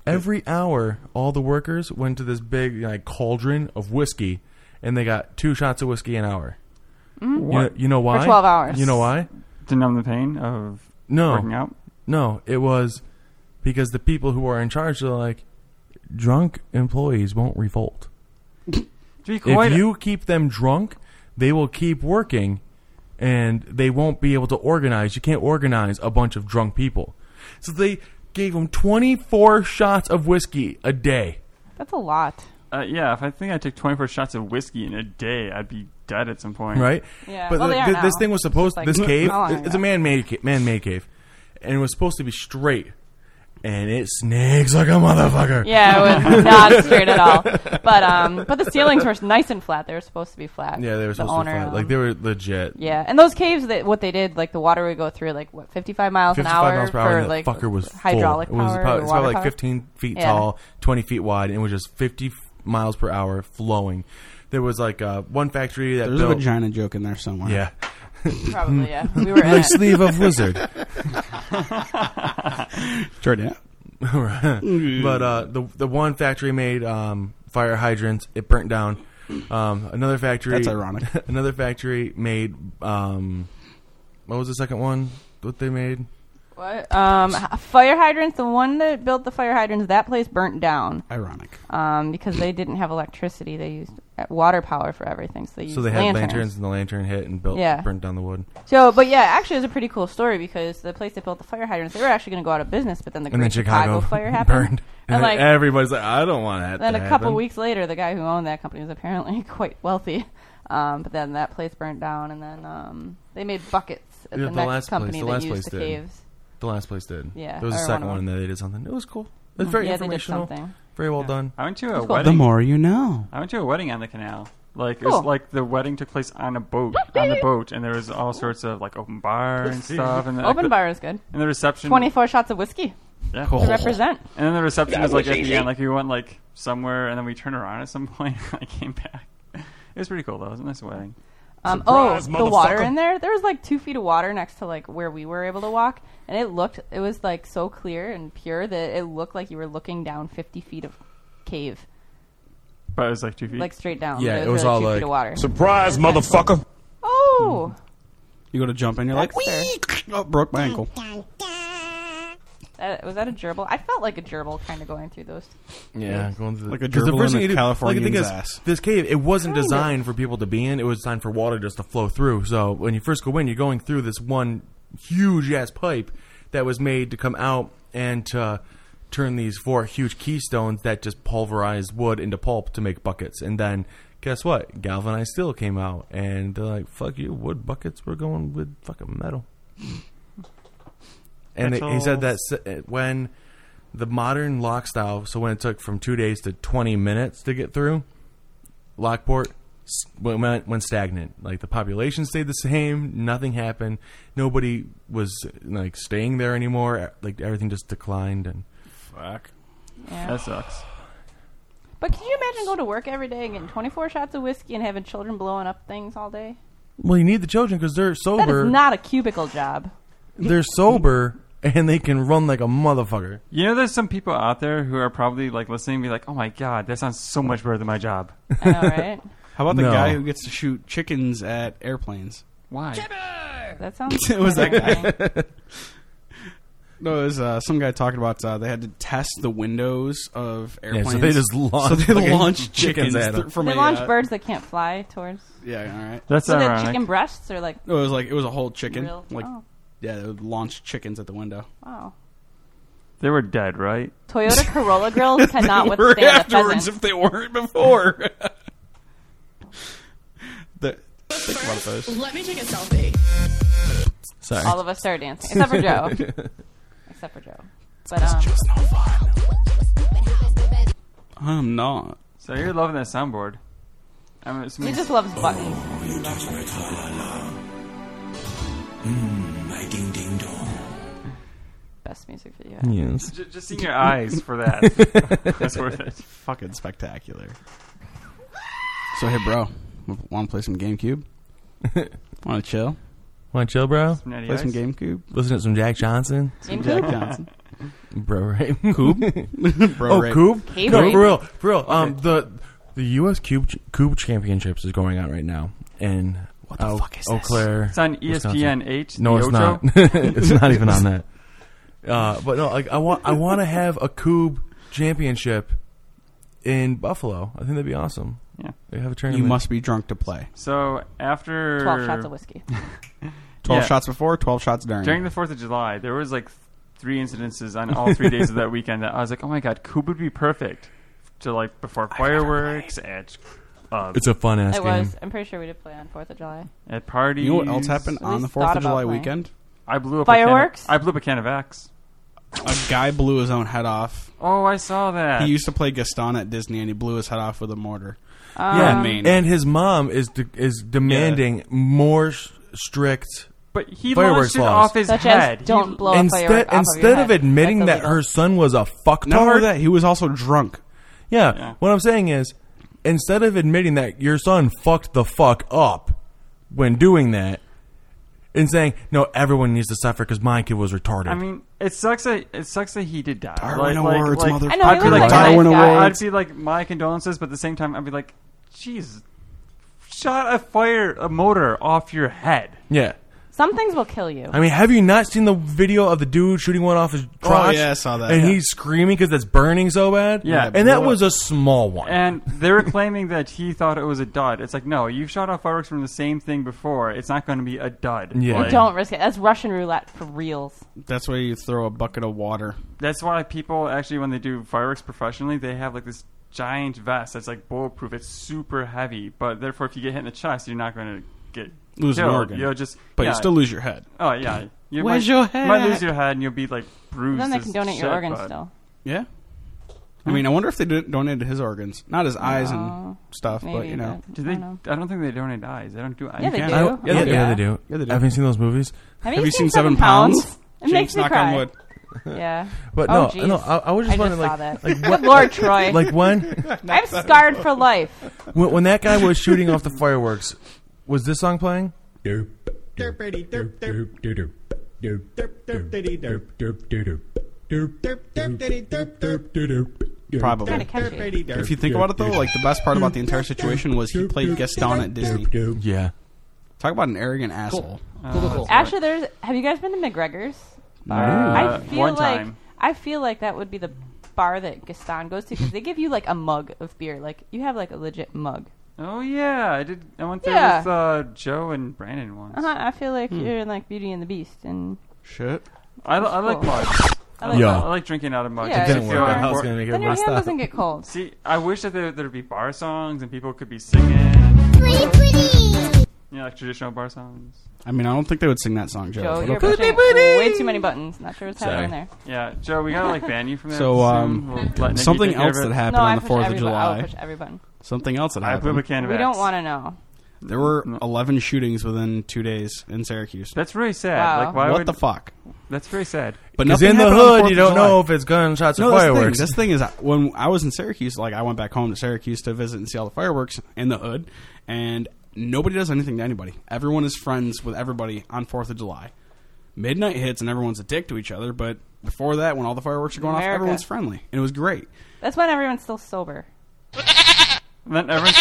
Speaker 1: Every hour, all the workers went to this big like cauldron of whiskey, and they got two shots of whiskey an hour. You, know, you know why?
Speaker 3: 12 hours.
Speaker 1: You know why?
Speaker 2: To numb the pain of working
Speaker 1: No,
Speaker 2: out.
Speaker 1: no. It was because the people who are in charge are like drunk employees won't revolt.
Speaker 2: To be quite
Speaker 1: If you keep them drunk, they will keep working and they won't be able to organize. You can't organize a bunch of drunk people. So they gave them 24 shots of whiskey a day.
Speaker 3: That's a lot.
Speaker 2: uh, yeah, if I think I took 24 shots of whiskey in a day, I'd be dead at some point.
Speaker 1: right?
Speaker 3: Yeah.
Speaker 1: But
Speaker 3: Well,
Speaker 1: th-
Speaker 3: they are
Speaker 1: th- this
Speaker 3: now.
Speaker 1: thing was supposed
Speaker 3: It's
Speaker 1: this
Speaker 3: just like- Oh,
Speaker 1: cave
Speaker 3: How long
Speaker 1: it's
Speaker 3: ago?
Speaker 1: a man-made ca- man-made cave and it was supposed to be straight and it snakes like a motherfucker.
Speaker 3: Yeah, it was not straight at all. But um, but the ceilings were nice and flat. They were supposed to be flat.
Speaker 1: Yeah, they were
Speaker 3: The
Speaker 1: supposed to
Speaker 3: owner
Speaker 1: be flat.
Speaker 3: owned
Speaker 1: Like they were legit.
Speaker 3: Yeah, and those caves that what they did, like the water would go through like what fifty five miles an
Speaker 1: 55
Speaker 3: hour
Speaker 1: miles per
Speaker 3: for
Speaker 1: hour. and
Speaker 3: like
Speaker 1: that fucker was full.
Speaker 3: hydraulic
Speaker 1: It was
Speaker 3: power.
Speaker 1: about,
Speaker 3: or
Speaker 1: it's
Speaker 3: water
Speaker 1: about like
Speaker 3: power.
Speaker 1: 15 feet
Speaker 3: Yeah.
Speaker 1: tall, 20 feet wide, and it was just 50 f- miles per hour flowing. There was like uh, one factory that
Speaker 4: There's a
Speaker 1: built.
Speaker 4: vagina joke in there somewhere.
Speaker 1: yeah,
Speaker 3: Probably yeah. We were in
Speaker 1: like
Speaker 3: it.
Speaker 1: sleeve of wizard.
Speaker 4: Jordan.
Speaker 1: but uh, the the one factory made um, fire hydrants. It burnt down. Um, another factory.
Speaker 4: That's ironic.
Speaker 1: another factory made. Um, what was the second one? What they made?
Speaker 3: What? Um, h- fire hydrants. The one that built the fire hydrants, that place burnt down
Speaker 4: Ironic.
Speaker 3: um, because they didn't have electricity. They used uh, water power for everything. So they used
Speaker 1: So they had lanterns,
Speaker 3: lanterns.
Speaker 1: and the lantern hit and built
Speaker 3: Yeah.
Speaker 1: burnt down the wood.
Speaker 3: So, but yeah, actually, it was a pretty cool story because the place that built the fire hydrants, they were actually going to go out of business, but then the
Speaker 1: and
Speaker 3: Great
Speaker 1: then Chicago,
Speaker 3: fire happened.
Speaker 1: burned,
Speaker 3: And,
Speaker 1: and,
Speaker 3: like-
Speaker 1: everybody's like, "I don't want that."
Speaker 3: Then
Speaker 1: to
Speaker 3: a couple
Speaker 1: happen."
Speaker 3: weeks later, the guy who owned that company was apparently quite wealthy. Um, but then that place burnt down, and then um, they made buckets at
Speaker 1: Yeah,
Speaker 3: the,
Speaker 1: the
Speaker 3: next
Speaker 1: last place-
Speaker 3: company
Speaker 1: the
Speaker 3: that
Speaker 1: last
Speaker 3: used
Speaker 1: place
Speaker 3: the
Speaker 1: did.
Speaker 3: caves.
Speaker 1: The last place did.
Speaker 3: Yeah,
Speaker 1: there was a
Speaker 3: or
Speaker 1: second
Speaker 3: one
Speaker 1: one,
Speaker 3: of
Speaker 1: and they did something. It was cool. It was very
Speaker 3: yeah, they did
Speaker 1: informational.
Speaker 3: something.
Speaker 1: Very well done.
Speaker 2: I went to a
Speaker 3: That's cool.
Speaker 2: wedding.
Speaker 4: The more you know.
Speaker 2: I went to a wedding on the canal. Like it was
Speaker 3: Cool.
Speaker 2: like the wedding took place on a boat, on the boat, and there was all sorts of like open bar and stuff, and the,
Speaker 3: Open
Speaker 2: the,
Speaker 3: bar is good.
Speaker 1: Hmm.
Speaker 2: and the reception.
Speaker 3: Twenty-four shots of whiskey
Speaker 2: yeah.
Speaker 3: to represent.
Speaker 2: And then the reception was like at the end, like we went like somewhere, and then we turned around at some point. and I came back. It was pretty cool though. It was a nice wedding.
Speaker 3: Um, oh,
Speaker 5: Surprise,
Speaker 3: the water
Speaker 5: motherfucker.
Speaker 3: in there. There was like two feet of water next to like where we were able to walk, and it looked. It was like so clear and pure that it looked like you were looking down fifty feet of cave,
Speaker 2: But it was like two feet.
Speaker 3: like straight down.
Speaker 1: Yeah,
Speaker 3: There
Speaker 1: it was
Speaker 3: really
Speaker 1: all,
Speaker 3: two
Speaker 1: like, Hmm.
Speaker 3: feet of water.
Speaker 5: Surprise, motherfucker.
Speaker 3: Oh,
Speaker 4: You go to jump and you're like,
Speaker 3: Dexter.
Speaker 4: "Wee!" oh, broke my ankle.
Speaker 3: that, was that a gerbil? I felt like a gerbil kind of going through those
Speaker 1: Yeah, going through the-
Speaker 4: Like a
Speaker 1: 'cause the
Speaker 4: gerbil
Speaker 1: first thing
Speaker 4: in a
Speaker 1: you do-
Speaker 4: Californian's
Speaker 1: like, the thing is,
Speaker 4: ass.
Speaker 1: This cave, it wasn't
Speaker 3: Kinda.
Speaker 1: designed for people to be in. It was designed for water just to flow through. So when you first go in, you're going through this one huge ass pipe that was made to come out and to turn these four huge keystones that just pulverized wood into pulp to make buckets. And then guess what? Galvanized steel came out, and they're like, "Fuck you, wood buckets. We're going with fucking metal." and they, he said that s- when the modern lock style, so when it took from two days to 20 minutes to get through, Lockport s- went, went went stagnant. Like the population stayed the same. Nothing happened. Nobody was like staying there anymore. e, Like everything just declined. And
Speaker 4: Fuck.
Speaker 3: Yeah.
Speaker 2: That sucks.
Speaker 3: But can you imagine going to work every day and getting 24 shots of whiskey and having children blowing up things all day?
Speaker 1: well, you need the children because they're
Speaker 3: That
Speaker 1: sober.
Speaker 3: is not a cubicle job.
Speaker 1: they're sober and they can run like a motherfucker.
Speaker 2: You know, there's some people out there who are probably like listening and be like, oh my god, that sounds so much better than my job.
Speaker 3: I know, right?
Speaker 4: How about the
Speaker 1: No.
Speaker 4: guy who gets to shoot chickens at airplanes?
Speaker 2: Why?
Speaker 3: That sounds.
Speaker 4: It was that
Speaker 1: Oh
Speaker 4: guy.
Speaker 3: terrifying.
Speaker 4: No, there's uh, some guy talking about uh, they had to test the windows of
Speaker 1: Yeah,
Speaker 4: airplanes.
Speaker 1: so they just launch.
Speaker 4: So they
Speaker 1: fucking
Speaker 4: launched chickens,
Speaker 1: at
Speaker 4: th-
Speaker 1: them.
Speaker 4: from
Speaker 3: They
Speaker 4: a,
Speaker 3: launch
Speaker 4: uh,
Speaker 3: birds that can't fly towards.
Speaker 4: Yeah, all right.
Speaker 2: That's
Speaker 3: So the
Speaker 2: ironic.
Speaker 3: chicken breasts are like
Speaker 4: No, it was like it was a whole chicken.
Speaker 3: real.
Speaker 4: Like
Speaker 3: oh,
Speaker 4: yeah, they would launch chickens at the window.
Speaker 3: wow.
Speaker 2: They were dead, right?
Speaker 3: Toyota Corolla grills cannot
Speaker 4: They were
Speaker 3: withstand a
Speaker 4: afterwards
Speaker 3: pheasant.
Speaker 4: if they weren't before. the, think about those.
Speaker 6: Let me take a selfie.
Speaker 1: Sorry.
Speaker 3: All of us start dancing, except for Joe. except for Joe. But um,
Speaker 4: I'm not.
Speaker 2: So you're loving that soundboard. I'm assuming
Speaker 3: he just loves buttons.
Speaker 5: My ding ding dong.
Speaker 3: Best music video.
Speaker 1: Yes.
Speaker 2: J- just seeing your eyes for that. That's worth it.
Speaker 4: Fucking spectacular. so hey, bro, want to play some GameCube? want to chill?
Speaker 1: Want to chill, bro?
Speaker 2: Natty
Speaker 4: Play some
Speaker 2: eyes.
Speaker 4: GameCube?
Speaker 1: Listen to some Jack Johnson,
Speaker 4: Jack
Speaker 3: GameCube.
Speaker 4: Johnson.
Speaker 1: bro. Right? Coop.
Speaker 4: Bro,
Speaker 1: Oh,
Speaker 4: right.
Speaker 1: Coop?
Speaker 3: Hey,
Speaker 1: no,
Speaker 3: Ray.
Speaker 1: for real, for real. Um, the the U.S. Cube Cube Championships is going on right now, and what the
Speaker 4: fuck is
Speaker 1: Eau
Speaker 4: this?
Speaker 1: Claire.
Speaker 2: It's on E
Speaker 1: Wisconsin.
Speaker 2: ESPN H.
Speaker 1: No, it's not. it's not even on that. Uh, but no, like I want I want to have a Cube Championship in Buffalo. I think that'd be awesome.
Speaker 2: Yeah.
Speaker 1: They have a
Speaker 4: You
Speaker 1: tournament.
Speaker 4: must be drunk to play.
Speaker 2: So after
Speaker 3: Twelve shots of whiskey.
Speaker 4: 12
Speaker 2: Yeah.
Speaker 4: shots before, 12 shots during.
Speaker 2: during the Fourth of July, there was like th- three incidences on all three days of that weekend that I was like, oh my god, Coop would be perfect to like before fireworks at uh,
Speaker 1: It's a fun ass
Speaker 3: It
Speaker 1: game.
Speaker 3: was. I'm pretty sure we did play on Fourth of July.
Speaker 2: at parties.
Speaker 4: you know what else happened
Speaker 3: At
Speaker 4: on the
Speaker 3: least
Speaker 4: 4th
Speaker 3: thought
Speaker 4: of
Speaker 3: about
Speaker 4: July
Speaker 3: playing.
Speaker 4: weekend?
Speaker 2: I blew up
Speaker 3: Fireworks?
Speaker 2: A can of, I blew up a can of X.
Speaker 4: A guy blew his own head off.
Speaker 2: Oh, I saw that.
Speaker 4: He used to play Gaston at Disney and he blew his head off with a mortar.
Speaker 3: um,
Speaker 1: Yeah,
Speaker 4: I mean-
Speaker 1: and his mom is de- is demanding more s- strict.
Speaker 2: but he
Speaker 1: Fireworks
Speaker 2: launched it
Speaker 1: laws.
Speaker 2: off his
Speaker 3: Such
Speaker 2: head.
Speaker 3: as
Speaker 2: He-
Speaker 3: don't blow a
Speaker 1: Instead,
Speaker 3: firework off of, your
Speaker 1: instead of,
Speaker 3: head.
Speaker 1: admitting
Speaker 3: That's
Speaker 1: that her
Speaker 3: illegal.
Speaker 1: son was a fucktard,
Speaker 4: Not only that, he was also drunk.
Speaker 1: Yeah.
Speaker 2: Yeah.
Speaker 1: What I'm saying is, instead of admitting that your son fucked the fuck up when doing that, and saying no, everyone needs to suffer because my kid was retarded.
Speaker 2: I mean, it sucks that it sucks that he did die.
Speaker 4: Darwin
Speaker 2: Like- like-
Speaker 4: Awards,
Speaker 2: like,
Speaker 4: motherfucker.
Speaker 3: I know, he
Speaker 2: I'd be
Speaker 3: was
Speaker 2: like,
Speaker 3: a nice guy.
Speaker 4: Darwin
Speaker 2: I'd
Speaker 4: Awards.
Speaker 2: be like, my condolences, but at the same time, I'd be like, jeez, shot a fire a motor off your head.
Speaker 1: yeah.
Speaker 3: Some things will kill you.
Speaker 1: I mean, have you not seen the video of the dude shooting one off his crotch?
Speaker 4: yeah, I saw that,
Speaker 1: And
Speaker 4: yeah.
Speaker 1: he's screaming because it's burning so bad.
Speaker 2: Yeah.
Speaker 1: and that was a small one.
Speaker 2: And they were claiming that he thought it was a dud. It's like, no, you've shot off fireworks from the same thing before. It's not going to be a dud.
Speaker 1: Yeah.
Speaker 2: Like,
Speaker 3: Don't risk it. That's Russian roulette for reals.
Speaker 4: That's why you throw a bucket of water.
Speaker 2: That's why people actually, when they do fireworks professionally, they have like this giant vest that's like bulletproof. It's super heavy, but therefore, if you get hit in the chest, you're not going to get
Speaker 4: Lose an
Speaker 2: killed.
Speaker 4: organ.
Speaker 2: You'll just,
Speaker 4: But
Speaker 2: yeah.
Speaker 4: you still lose your head.
Speaker 2: Oh yeah. You
Speaker 4: Where's
Speaker 2: might,
Speaker 4: your
Speaker 2: You might lose
Speaker 4: hat?
Speaker 2: your head and you'll be like bruised.
Speaker 3: Then they
Speaker 2: as
Speaker 3: can donate your
Speaker 2: shit,
Speaker 3: organs
Speaker 2: but-
Speaker 3: still.
Speaker 4: Yeah. I mean, I wonder if they did- donated his organs. Not his eyes
Speaker 3: No,
Speaker 4: and stuff,
Speaker 3: Maybe,
Speaker 4: but you know.
Speaker 3: but
Speaker 2: Do
Speaker 3: I
Speaker 2: they? I
Speaker 3: don't know.
Speaker 2: don't, think they donate eyes. They don't do eyes.
Speaker 3: Yeah, they
Speaker 4: I
Speaker 3: do.
Speaker 1: I don't- yeah,
Speaker 4: Yeah.
Speaker 1: they- yeah, they do.
Speaker 4: Yeah, they do.
Speaker 1: Haven't you seen those movies,
Speaker 3: Have,
Speaker 4: Have you seen Seven Pounds?
Speaker 3: It makes me
Speaker 4: knock
Speaker 3: cry.
Speaker 4: on wood.
Speaker 3: Yeah.
Speaker 1: but
Speaker 3: Oh,
Speaker 1: no, no.
Speaker 3: jeez.
Speaker 1: I, I was just
Speaker 3: I just
Speaker 1: wondering,
Speaker 3: saw
Speaker 1: like,
Speaker 3: that.
Speaker 1: like
Speaker 3: Good
Speaker 1: what,
Speaker 3: Lord, Troy.
Speaker 1: like when,
Speaker 3: I'm scarred for life.
Speaker 1: when when that guy was shooting off the fireworks, was this song playing?
Speaker 7: Derp, derp, derp, derp, derp, derp, derp, derp, derp, derp, derp, derp, derp, derp, derp, derp, derp, derp, derp, derp.
Speaker 4: Probably.
Speaker 3: Kinda catchy.
Speaker 4: If you think about it, though, like the best part about the entire situation was he played Gaston at Disney.
Speaker 1: Yeah.
Speaker 4: Talk about an arrogant asshole.
Speaker 3: Actually, there's. Have you guys been to McGregor's?
Speaker 2: Uh,
Speaker 3: I feel
Speaker 2: one
Speaker 3: like
Speaker 2: time.
Speaker 3: I feel like that would be the bar that Gaston goes to because they give you like a mug of beer. Like you have like a legit mug.
Speaker 2: Oh yeah, I did. I went there
Speaker 3: Yeah.
Speaker 2: with uh, Joe and Brandon once.
Speaker 3: Uh-huh, I feel like you're in like Beauty and the Beast and
Speaker 4: Shit.
Speaker 2: I, li- I like
Speaker 3: Cool.
Speaker 2: mugs.
Speaker 3: I like
Speaker 1: Yeah.
Speaker 2: I like drinking out of mugs.
Speaker 3: Yeah,
Speaker 2: I
Speaker 3: Didn't
Speaker 2: feel
Speaker 3: work out.
Speaker 2: like
Speaker 3: I
Speaker 2: for-
Speaker 1: make
Speaker 3: Then your hand doesn't get cold.
Speaker 2: See, I wish that there, there'd be bar songs and people could be singing. You know, like traditional bar songs.
Speaker 4: I mean, I don't think they would sing that song, Joe.
Speaker 3: Joe,
Speaker 4: But
Speaker 3: you're
Speaker 4: okay.
Speaker 3: pushing way too many buttons. Not sure what's
Speaker 1: Sorry.
Speaker 3: happening there.
Speaker 2: Yeah, Joe, we gotta like ban you from that.
Speaker 4: So, um,
Speaker 2: soon. We'll let Nikki
Speaker 4: something
Speaker 2: take care of
Speaker 4: else
Speaker 2: it.
Speaker 4: that happened
Speaker 3: no, I
Speaker 4: on the
Speaker 3: push
Speaker 4: Fourth of
Speaker 3: every bu- I
Speaker 4: July.
Speaker 3: would push every button.
Speaker 4: Something else that
Speaker 2: I put a
Speaker 4: happened.
Speaker 2: can of
Speaker 3: We
Speaker 2: Axe.
Speaker 3: don't want to know.
Speaker 4: There were eleven shootings within two days in Syracuse.
Speaker 2: That's really sad.
Speaker 3: Wow.
Speaker 2: Like, why
Speaker 4: what
Speaker 2: would?
Speaker 4: the fuck?
Speaker 2: that's very sad.
Speaker 4: But
Speaker 1: Because in
Speaker 4: nothing
Speaker 1: the
Speaker 4: happened on
Speaker 1: hood,
Speaker 4: 4th
Speaker 1: you
Speaker 4: of
Speaker 1: don't
Speaker 4: July.
Speaker 1: know if it's gunshots or
Speaker 4: No, that's the thing.
Speaker 1: fireworks.
Speaker 4: That's the thing is I- when I was in Syracuse, like I went back home to Syracuse to visit and see all the fireworks in the hood, and nobody does anything to anybody. Everyone is friends with everybody on Fourth of July. Midnight hits and everyone's a dick to each other, but before that, when all the fireworks are going
Speaker 3: America.
Speaker 4: off, everyone's friendly, and it was great.
Speaker 3: That's when everyone's still sober.
Speaker 2: And then everyone's,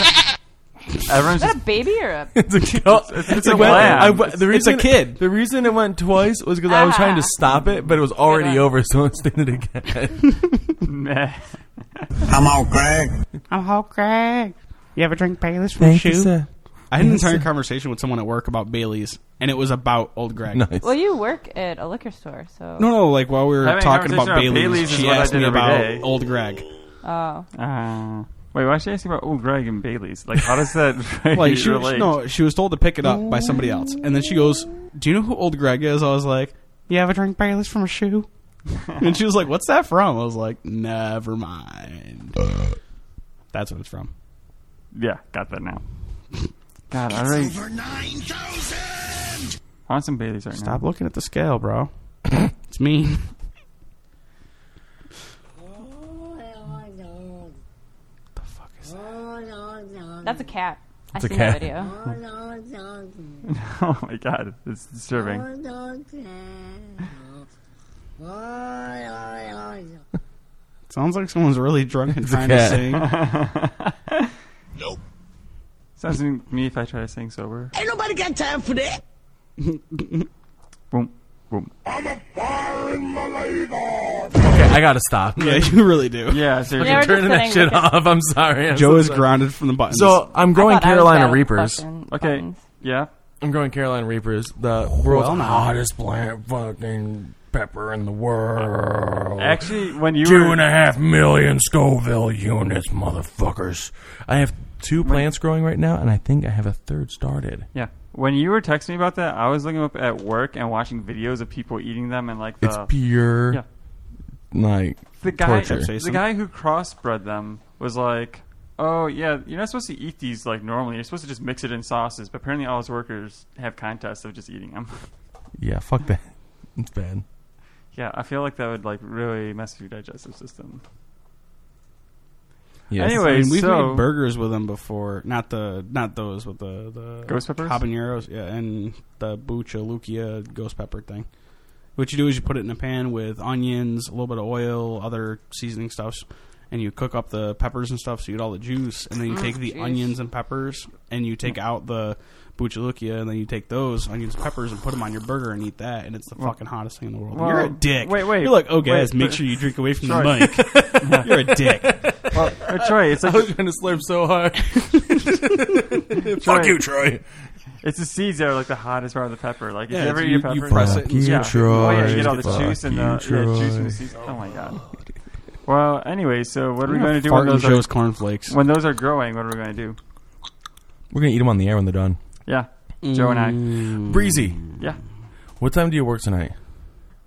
Speaker 2: everyone's just
Speaker 3: Is that a baby or a?
Speaker 1: It's a, co-
Speaker 2: it's
Speaker 1: it
Speaker 2: a
Speaker 1: went-
Speaker 2: lamb.
Speaker 1: I w- Uh, the
Speaker 4: It's a
Speaker 1: reason,
Speaker 4: kid.
Speaker 1: The reason it went twice was because I was trying to
Speaker 3: Ah.
Speaker 1: stop it, but it was already
Speaker 3: Good one.
Speaker 1: over, so I did it again.
Speaker 2: meh.
Speaker 5: I'm all Greg.
Speaker 6: I'm Hulk Craig. You ever drink Bayless from Shoe?
Speaker 4: I had an
Speaker 1: Yes,
Speaker 4: entire
Speaker 1: sir.
Speaker 4: conversation with someone at work about Bailey's, and it was about old Greg.
Speaker 1: Nice.
Speaker 3: Well, you work at a liquor store, so
Speaker 4: No, no, like while we were
Speaker 2: Having a
Speaker 4: talking about
Speaker 2: conversation
Speaker 4: Bailey's,
Speaker 2: about Bailey's is
Speaker 4: she
Speaker 2: what I
Speaker 4: asked
Speaker 2: did
Speaker 4: me
Speaker 2: every
Speaker 4: about
Speaker 2: day.
Speaker 4: old Greg.
Speaker 3: Oh,
Speaker 2: Uh, wait, why should I ask you about old Greg and Bailey's? Like, how does that
Speaker 4: Like she,
Speaker 2: relate?
Speaker 4: no, she was told to pick it up by somebody else, and then she goes, "Do you know who old Greg is?" I was like,
Speaker 6: You ever drink Bayless from a shoe?
Speaker 4: and she was like, "What's that from?" I was like, "Never mind." That's what it's from.
Speaker 2: Yeah, got that now. God, I already
Speaker 5: Over 9,000!
Speaker 2: I want some Bailey's right
Speaker 4: Stop looking at the scale, bro. it's mean. The fuck is that?
Speaker 3: that's a cat. I
Speaker 1: It's a
Speaker 3: seen
Speaker 1: cat.
Speaker 3: that video.
Speaker 2: now. Oh my god, it's disturbing.
Speaker 4: Sounds like someone's really drunk and
Speaker 1: a
Speaker 4: trying to
Speaker 1: cat.
Speaker 4: sing.
Speaker 2: Sounds to me if I try to sing sober.
Speaker 5: Ain't nobody got time for that!
Speaker 2: Boom, boom.
Speaker 1: Okay, I gotta stop.
Speaker 4: yeah, you really do.
Speaker 2: Yeah, seriously.
Speaker 3: Yeah, we're
Speaker 1: Turning that shit
Speaker 3: sitting because-
Speaker 1: off. I'm sorry. I'm
Speaker 4: Joe
Speaker 1: so
Speaker 4: is
Speaker 1: sorry.
Speaker 4: grounded from the buttons.
Speaker 1: So I'm growing
Speaker 3: Thought I was
Speaker 1: Carolina
Speaker 3: bad with
Speaker 1: Reapers.
Speaker 3: button-
Speaker 2: Okay,
Speaker 3: buttons.
Speaker 2: yeah.
Speaker 1: I'm growing Carolina Reapers, the world's
Speaker 4: now.
Speaker 1: hottest plant fucking pepper in the world.
Speaker 2: Actually, when you
Speaker 1: Two
Speaker 2: were,
Speaker 1: and a half million Scoville units, motherfuckers. I have two plants growing right now, and I think I have a third started.
Speaker 2: yeah, when you were texting me about that, I was looking up at work and watching videos of people eating them and like the
Speaker 1: It's pure,
Speaker 2: Uh, yeah.
Speaker 1: like
Speaker 2: the guy
Speaker 1: torture.
Speaker 4: Say
Speaker 2: the
Speaker 4: something.
Speaker 2: guy who crossbred them was like, "Oh yeah, you're not supposed to eat these like normally. You're supposed to just mix it in sauces." But apparently, all his workers have contests of just eating them.
Speaker 1: Yeah, fuck that. It's bad.
Speaker 2: yeah, I feel like that would like really mess with your digestive system.
Speaker 1: Yes.
Speaker 2: Anyway.
Speaker 4: I mean, we've
Speaker 2: so-
Speaker 4: made burgers with them before. Not the not those with the, the
Speaker 2: Ghost peppers?
Speaker 4: habaneros, yeah, and the bucha lukia ghost pepper thing. What you do is you put it in a pan with onions, a little bit of oil, other seasoning stuffs, and you cook up the peppers and stuff so you get all the juice. And then you take the
Speaker 3: jeez.
Speaker 4: onions and peppers and you take out the bucha lukia, and then you take those onions and peppers and put them on your burger and eat that. And it's the fucking hottest thing in the world.
Speaker 2: well,
Speaker 4: You're a dick.
Speaker 2: wait, wait,
Speaker 4: You're like, oh guys,
Speaker 2: wait,
Speaker 4: make
Speaker 2: but-
Speaker 4: sure you drink away from
Speaker 2: Sorry.
Speaker 4: the mic. You're a dick.
Speaker 2: Uh, Troy, it's like
Speaker 1: trying to slurp so hard.
Speaker 2: Troy,
Speaker 1: fuck you, Troy.
Speaker 2: It's the seeds that are like the hottest part of the pepper. Like if
Speaker 4: Yeah,
Speaker 2: you ever
Speaker 4: it's-
Speaker 2: eat a
Speaker 4: you-
Speaker 2: pepper,
Speaker 4: you press
Speaker 1: Fuck
Speaker 4: it.
Speaker 1: you,
Speaker 2: yeah.
Speaker 1: Troy.
Speaker 2: Oh yeah, you get all the
Speaker 1: Fuck
Speaker 2: juice and the
Speaker 1: you,
Speaker 2: yeah, juice
Speaker 1: Troy.
Speaker 2: from the seeds. Oh my god. Well, anyway, so what are we
Speaker 4: I'm
Speaker 2: going to do
Speaker 4: fart
Speaker 2: when
Speaker 4: in
Speaker 2: those
Speaker 4: Joe's
Speaker 2: are,
Speaker 4: cornflakes.
Speaker 2: when those are growing? What are we going to do?
Speaker 1: We're gonna eat them on the air when they're done.
Speaker 2: Yeah, Joe and I.
Speaker 1: Mm. Breezy.
Speaker 2: Yeah,
Speaker 1: What time do you work tonight?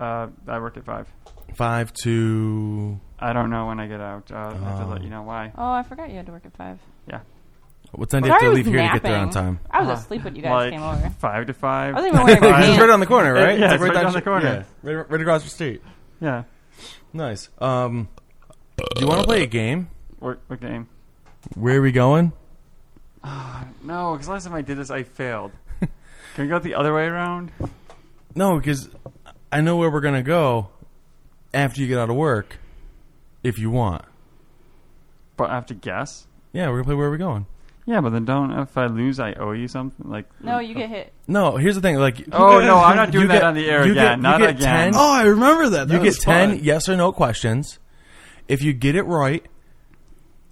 Speaker 2: uh, I worked at five.
Speaker 1: Five to.
Speaker 2: I don't know when I get out. Uh, I have to let you know why.
Speaker 3: Oh, I forgot you had to work at five.
Speaker 1: What time do you have
Speaker 3: Sorry,
Speaker 1: to
Speaker 3: I
Speaker 1: leave
Speaker 3: was
Speaker 1: here to get there on
Speaker 3: napping.
Speaker 1: time?
Speaker 3: I was
Speaker 2: Uh,
Speaker 3: asleep when you guys
Speaker 2: like
Speaker 3: came over.
Speaker 2: five to
Speaker 3: I
Speaker 2: five.
Speaker 3: wasn't even wearing my
Speaker 1: It's
Speaker 3: pants.
Speaker 1: right on the corner, right?
Speaker 2: Yeah, it's right
Speaker 1: down
Speaker 2: down the corner.
Speaker 1: Yeah, right, right across the street.
Speaker 2: yeah.
Speaker 1: Nice. Um, do you want to play a game?
Speaker 2: What, what game?
Speaker 1: Where are we going?
Speaker 2: No, because last time I did this, I failed. Can we go the other way around?
Speaker 1: No, because I know where we're gonna go after you get out of work, if you want.
Speaker 2: But I have to guess.
Speaker 1: Yeah, we're gonna play. Where are we going?
Speaker 2: Yeah, but then don't. If I lose, I owe you something. Like
Speaker 3: No, you get hit.
Speaker 1: No, here's the thing. Like,
Speaker 2: Oh no, I'm not
Speaker 1: You
Speaker 2: doing that
Speaker 1: get-
Speaker 2: on the air
Speaker 1: you
Speaker 2: again.
Speaker 1: get- you
Speaker 2: Not
Speaker 1: get 10.
Speaker 2: again.
Speaker 4: Oh, I remember that.
Speaker 1: you
Speaker 4: That
Speaker 1: get
Speaker 4: was
Speaker 1: ten
Speaker 4: fun.
Speaker 1: yes or no questions. If you get it right,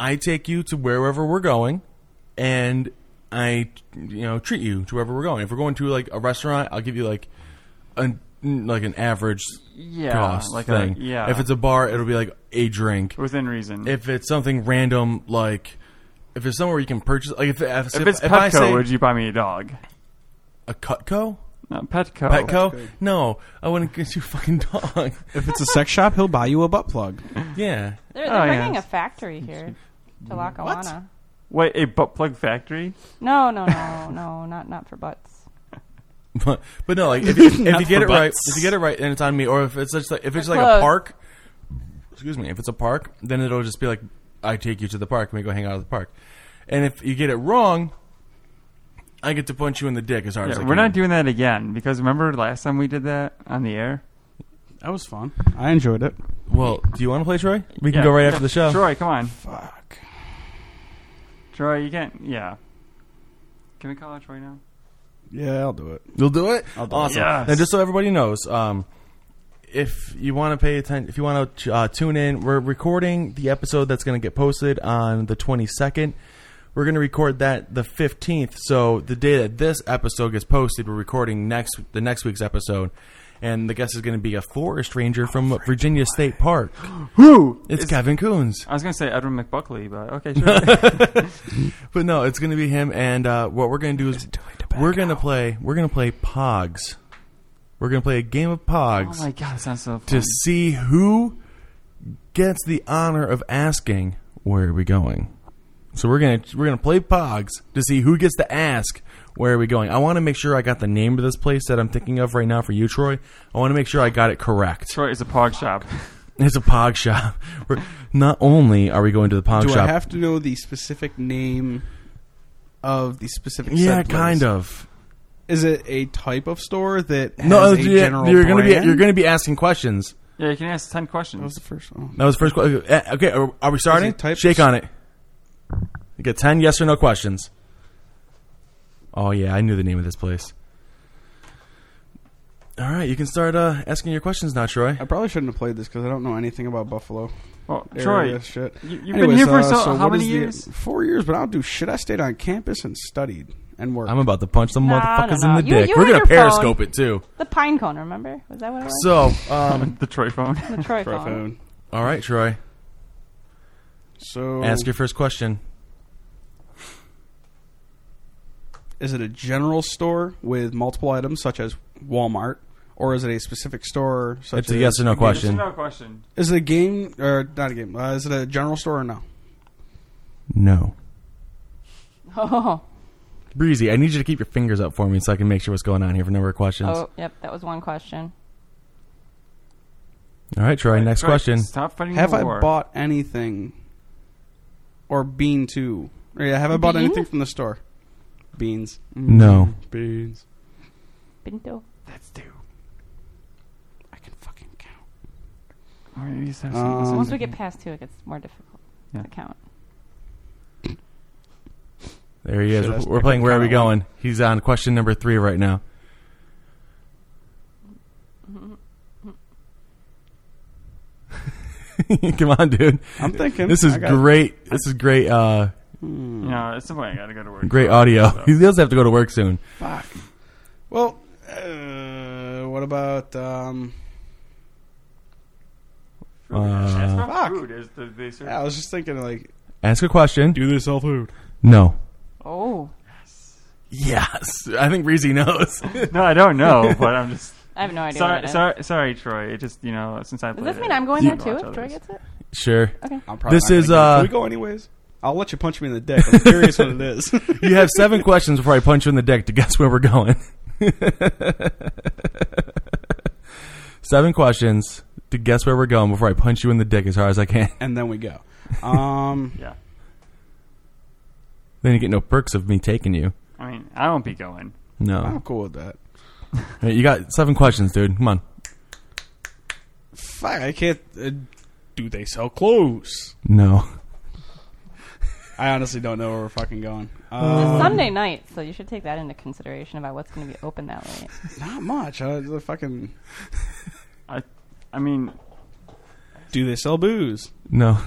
Speaker 1: I take you to wherever we're going, and I you know treat you to wherever we're going. If we're going to like a restaurant, I'll give you like an like an average
Speaker 2: yeah,
Speaker 1: cost
Speaker 2: like
Speaker 1: thing.
Speaker 2: A, yeah,
Speaker 1: If it's a bar, it'll be like a drink.
Speaker 2: within reason.
Speaker 1: If it's something random, like if it's somewhere you can purchase, like if if,
Speaker 2: If it's
Speaker 1: if
Speaker 2: Pepco,
Speaker 1: I say,
Speaker 2: would you buy me a dog?
Speaker 1: a Cutco?
Speaker 2: No, Petco.
Speaker 1: Petco? No, I wouldn't get you a fucking dog.
Speaker 4: If it's a sex shop, he'll buy you a butt plug.
Speaker 1: yeah.
Speaker 3: They're,
Speaker 2: Oh,
Speaker 3: they're bringing
Speaker 2: yes.
Speaker 3: a factory here to Lackawanna.
Speaker 2: Wait, a butt plug factory?
Speaker 3: No, no, no, no, not not for butts.
Speaker 1: But, but no, like if, if, if
Speaker 4: Not
Speaker 1: you get
Speaker 4: for
Speaker 1: it right,
Speaker 4: butts.
Speaker 1: if you get it right, then it's on me. Or if it's just like if it's
Speaker 3: They're
Speaker 1: like a
Speaker 3: closed.
Speaker 1: park, excuse me, if it's a park, then it'll just be like, I take you to the park and we go hang out at the park. And if you get it wrong, I get to punch you in the dick as hard
Speaker 2: Yeah,
Speaker 1: as I
Speaker 2: we're
Speaker 1: can.
Speaker 2: not doing that again because remember last time we did that on the air?
Speaker 4: That was fun. I enjoyed it.
Speaker 1: Well, do you want to play Troy? We can
Speaker 2: Yeah.
Speaker 1: go right after the show.
Speaker 2: Troy, come on.
Speaker 4: Fuck.
Speaker 2: Troy, you can't. Yeah. Can we call out Troy now?
Speaker 4: Yeah, I'll do it.
Speaker 1: You'll do it.
Speaker 4: I'll do it.
Speaker 1: awesome.
Speaker 2: Yes.
Speaker 1: Now, just so everybody knows, um, if you want to pay attention, if you want to uh, tune in, we're recording the episode that's going to get posted on the 22nd. We're going to record that the 15th. So the day that this episode gets posted, we're recording next the next week's episode. And the guest is going to be a forest ranger from Virginia State Park.
Speaker 2: Who?
Speaker 1: It's Kevin Coons.
Speaker 2: I was going to say Edwin McBuckley, but okay, sure. Oh
Speaker 1: But no, it's going to be him. And uh, what we're going to do is we're going to play we're going to play Pogs. We're going to play a game of Pogs.
Speaker 2: oh my god, that sounds so fun.
Speaker 1: to see who gets the honor of asking where are we going. So we're gonna we're gonna play Pogs to see who gets to ask where are we going. I want to make sure I got the name of this place that I'm thinking of right now for you, Troy. I want to make sure I got it correct.
Speaker 2: Troy is a pog shop.
Speaker 1: It's a Pog shop. We're, not only are we going to the Pog
Speaker 4: Do
Speaker 1: shop,
Speaker 4: I have to know the specific name of the specific?
Speaker 1: yeah,
Speaker 4: said place?
Speaker 1: kind of.
Speaker 4: Is it a type of store that has
Speaker 1: No, uh,
Speaker 4: a
Speaker 1: yeah,
Speaker 4: general?
Speaker 1: you're gonna be
Speaker 4: brand?
Speaker 1: you're gonna be asking questions.
Speaker 2: yeah, you can ask 10
Speaker 4: That was
Speaker 2: questions.
Speaker 4: the first one.
Speaker 1: That was the first question. Okay, are, are we starting?
Speaker 4: it type-
Speaker 1: Shake on it. You get ten yes or no questions. Oh yeah, I knew the name of this place. All right, you can start uh, asking your questions now, Troy.
Speaker 4: I probably shouldn't have played this because I don't know anything about Buffalo.
Speaker 2: Well,
Speaker 4: area
Speaker 2: Troy,
Speaker 4: and shit.
Speaker 2: you- you've been here for so- how
Speaker 4: uh, what
Speaker 2: many
Speaker 4: is the-
Speaker 2: years?
Speaker 4: four years, but I don't do shit. I stayed on campus and studied and worked.
Speaker 1: I'm about to punch the
Speaker 3: no,
Speaker 1: motherfuckers
Speaker 3: no.
Speaker 1: in the
Speaker 3: You-
Speaker 1: dick.
Speaker 3: you
Speaker 1: We're
Speaker 3: had
Speaker 1: gonna
Speaker 3: your
Speaker 1: periscope
Speaker 3: phone.
Speaker 1: it too.
Speaker 3: The pine cone, remember? Was that what it was?
Speaker 1: So, um,
Speaker 2: the Troy phone.
Speaker 3: the Troy
Speaker 4: for a
Speaker 3: phone.
Speaker 4: phone.
Speaker 1: all right, Troy,
Speaker 4: So,
Speaker 1: ask your first question.
Speaker 4: is it a general store with multiple items, such as Walmart, or is it a specific store? Such
Speaker 1: It's a
Speaker 4: as
Speaker 1: yes or no question.
Speaker 2: no question.
Speaker 4: Is it a game or not a game? Uh, is it a general store or no?
Speaker 1: No,
Speaker 3: Oh,
Speaker 1: breezy. I need you to keep your fingers up for me so I can make sure what's going on here for number of questions.
Speaker 3: oh, yep, that was one question.
Speaker 1: All right, Troy, next
Speaker 2: Troy,
Speaker 1: question.
Speaker 2: Stop fighting
Speaker 4: Have
Speaker 2: the
Speaker 4: I
Speaker 2: war.
Speaker 4: bought anything or been to? Or yeah, have I bought
Speaker 3: Bean?
Speaker 4: anything from the store? Beans. Mm.
Speaker 1: No.
Speaker 4: Beans.
Speaker 3: Pinto.
Speaker 2: That's two.
Speaker 4: I can fucking count.
Speaker 2: Or maybe it's have
Speaker 4: Um,
Speaker 2: some-
Speaker 3: Once we get past two, it gets more difficult
Speaker 2: Yeah.
Speaker 3: to count.
Speaker 1: There he is.
Speaker 4: Shit,
Speaker 1: We're,
Speaker 4: that's-
Speaker 1: we're
Speaker 4: I
Speaker 1: playing
Speaker 4: couldn't
Speaker 1: Where Are We
Speaker 4: count that one.
Speaker 1: Going? He's on question number three right now. Come on, dude.
Speaker 4: I'm thinking.
Speaker 1: This is
Speaker 4: I got-
Speaker 1: great. This is great. Uh,
Speaker 2: you know, at some point I gotta go to work.
Speaker 1: great audio. He does have to go to work soon.
Speaker 4: Fuck. Well, uh, what about um?
Speaker 2: That's
Speaker 1: Uh,
Speaker 2: not
Speaker 4: Fuck.
Speaker 2: food. Is the, they serve-
Speaker 4: Yeah, I was just thinking like
Speaker 1: ask a question.
Speaker 4: do this all food.
Speaker 1: No.
Speaker 3: Oh,
Speaker 1: Yes, I think Breezy knows.
Speaker 2: No, I don't know, but I'm just
Speaker 3: I have no idea. what it
Speaker 2: sorry,
Speaker 3: is.
Speaker 2: sorry, sorry, Troy. It just you know since I
Speaker 3: Does
Speaker 2: played
Speaker 3: this mean
Speaker 2: it,
Speaker 3: I'm going
Speaker 2: you
Speaker 3: there too
Speaker 2: watch
Speaker 3: if Troy
Speaker 2: others.
Speaker 3: gets it?
Speaker 1: sure.
Speaker 4: I'm probably
Speaker 1: This
Speaker 4: not
Speaker 1: is,
Speaker 4: gonna get it.
Speaker 1: uh,
Speaker 4: Can we go anyways? I'll let you punch me in the dick. I'm curious what it is.
Speaker 1: You have seven questions before I punch you in the dick to guess where we're going. seven questions to guess where we're going before I punch you in the dick as hard as I can.
Speaker 4: and then we go. Um,
Speaker 2: Yeah,
Speaker 1: Then you get no perks of me taking you.
Speaker 2: I mean I won't be going.
Speaker 4: I'm
Speaker 1: No.
Speaker 4: cool with that.
Speaker 1: Hey, you got seven questions, dude. Come on.
Speaker 4: Fuck, I can't. Uh, do they sell clothes?
Speaker 1: No.
Speaker 4: I honestly don't know where we're fucking going.
Speaker 3: It's
Speaker 4: Uh,
Speaker 3: Sunday night, so you should take that into consideration about what's going to be open that late.
Speaker 4: not much. I the fucking.
Speaker 2: I, I mean,
Speaker 4: Do they sell booze?
Speaker 1: No.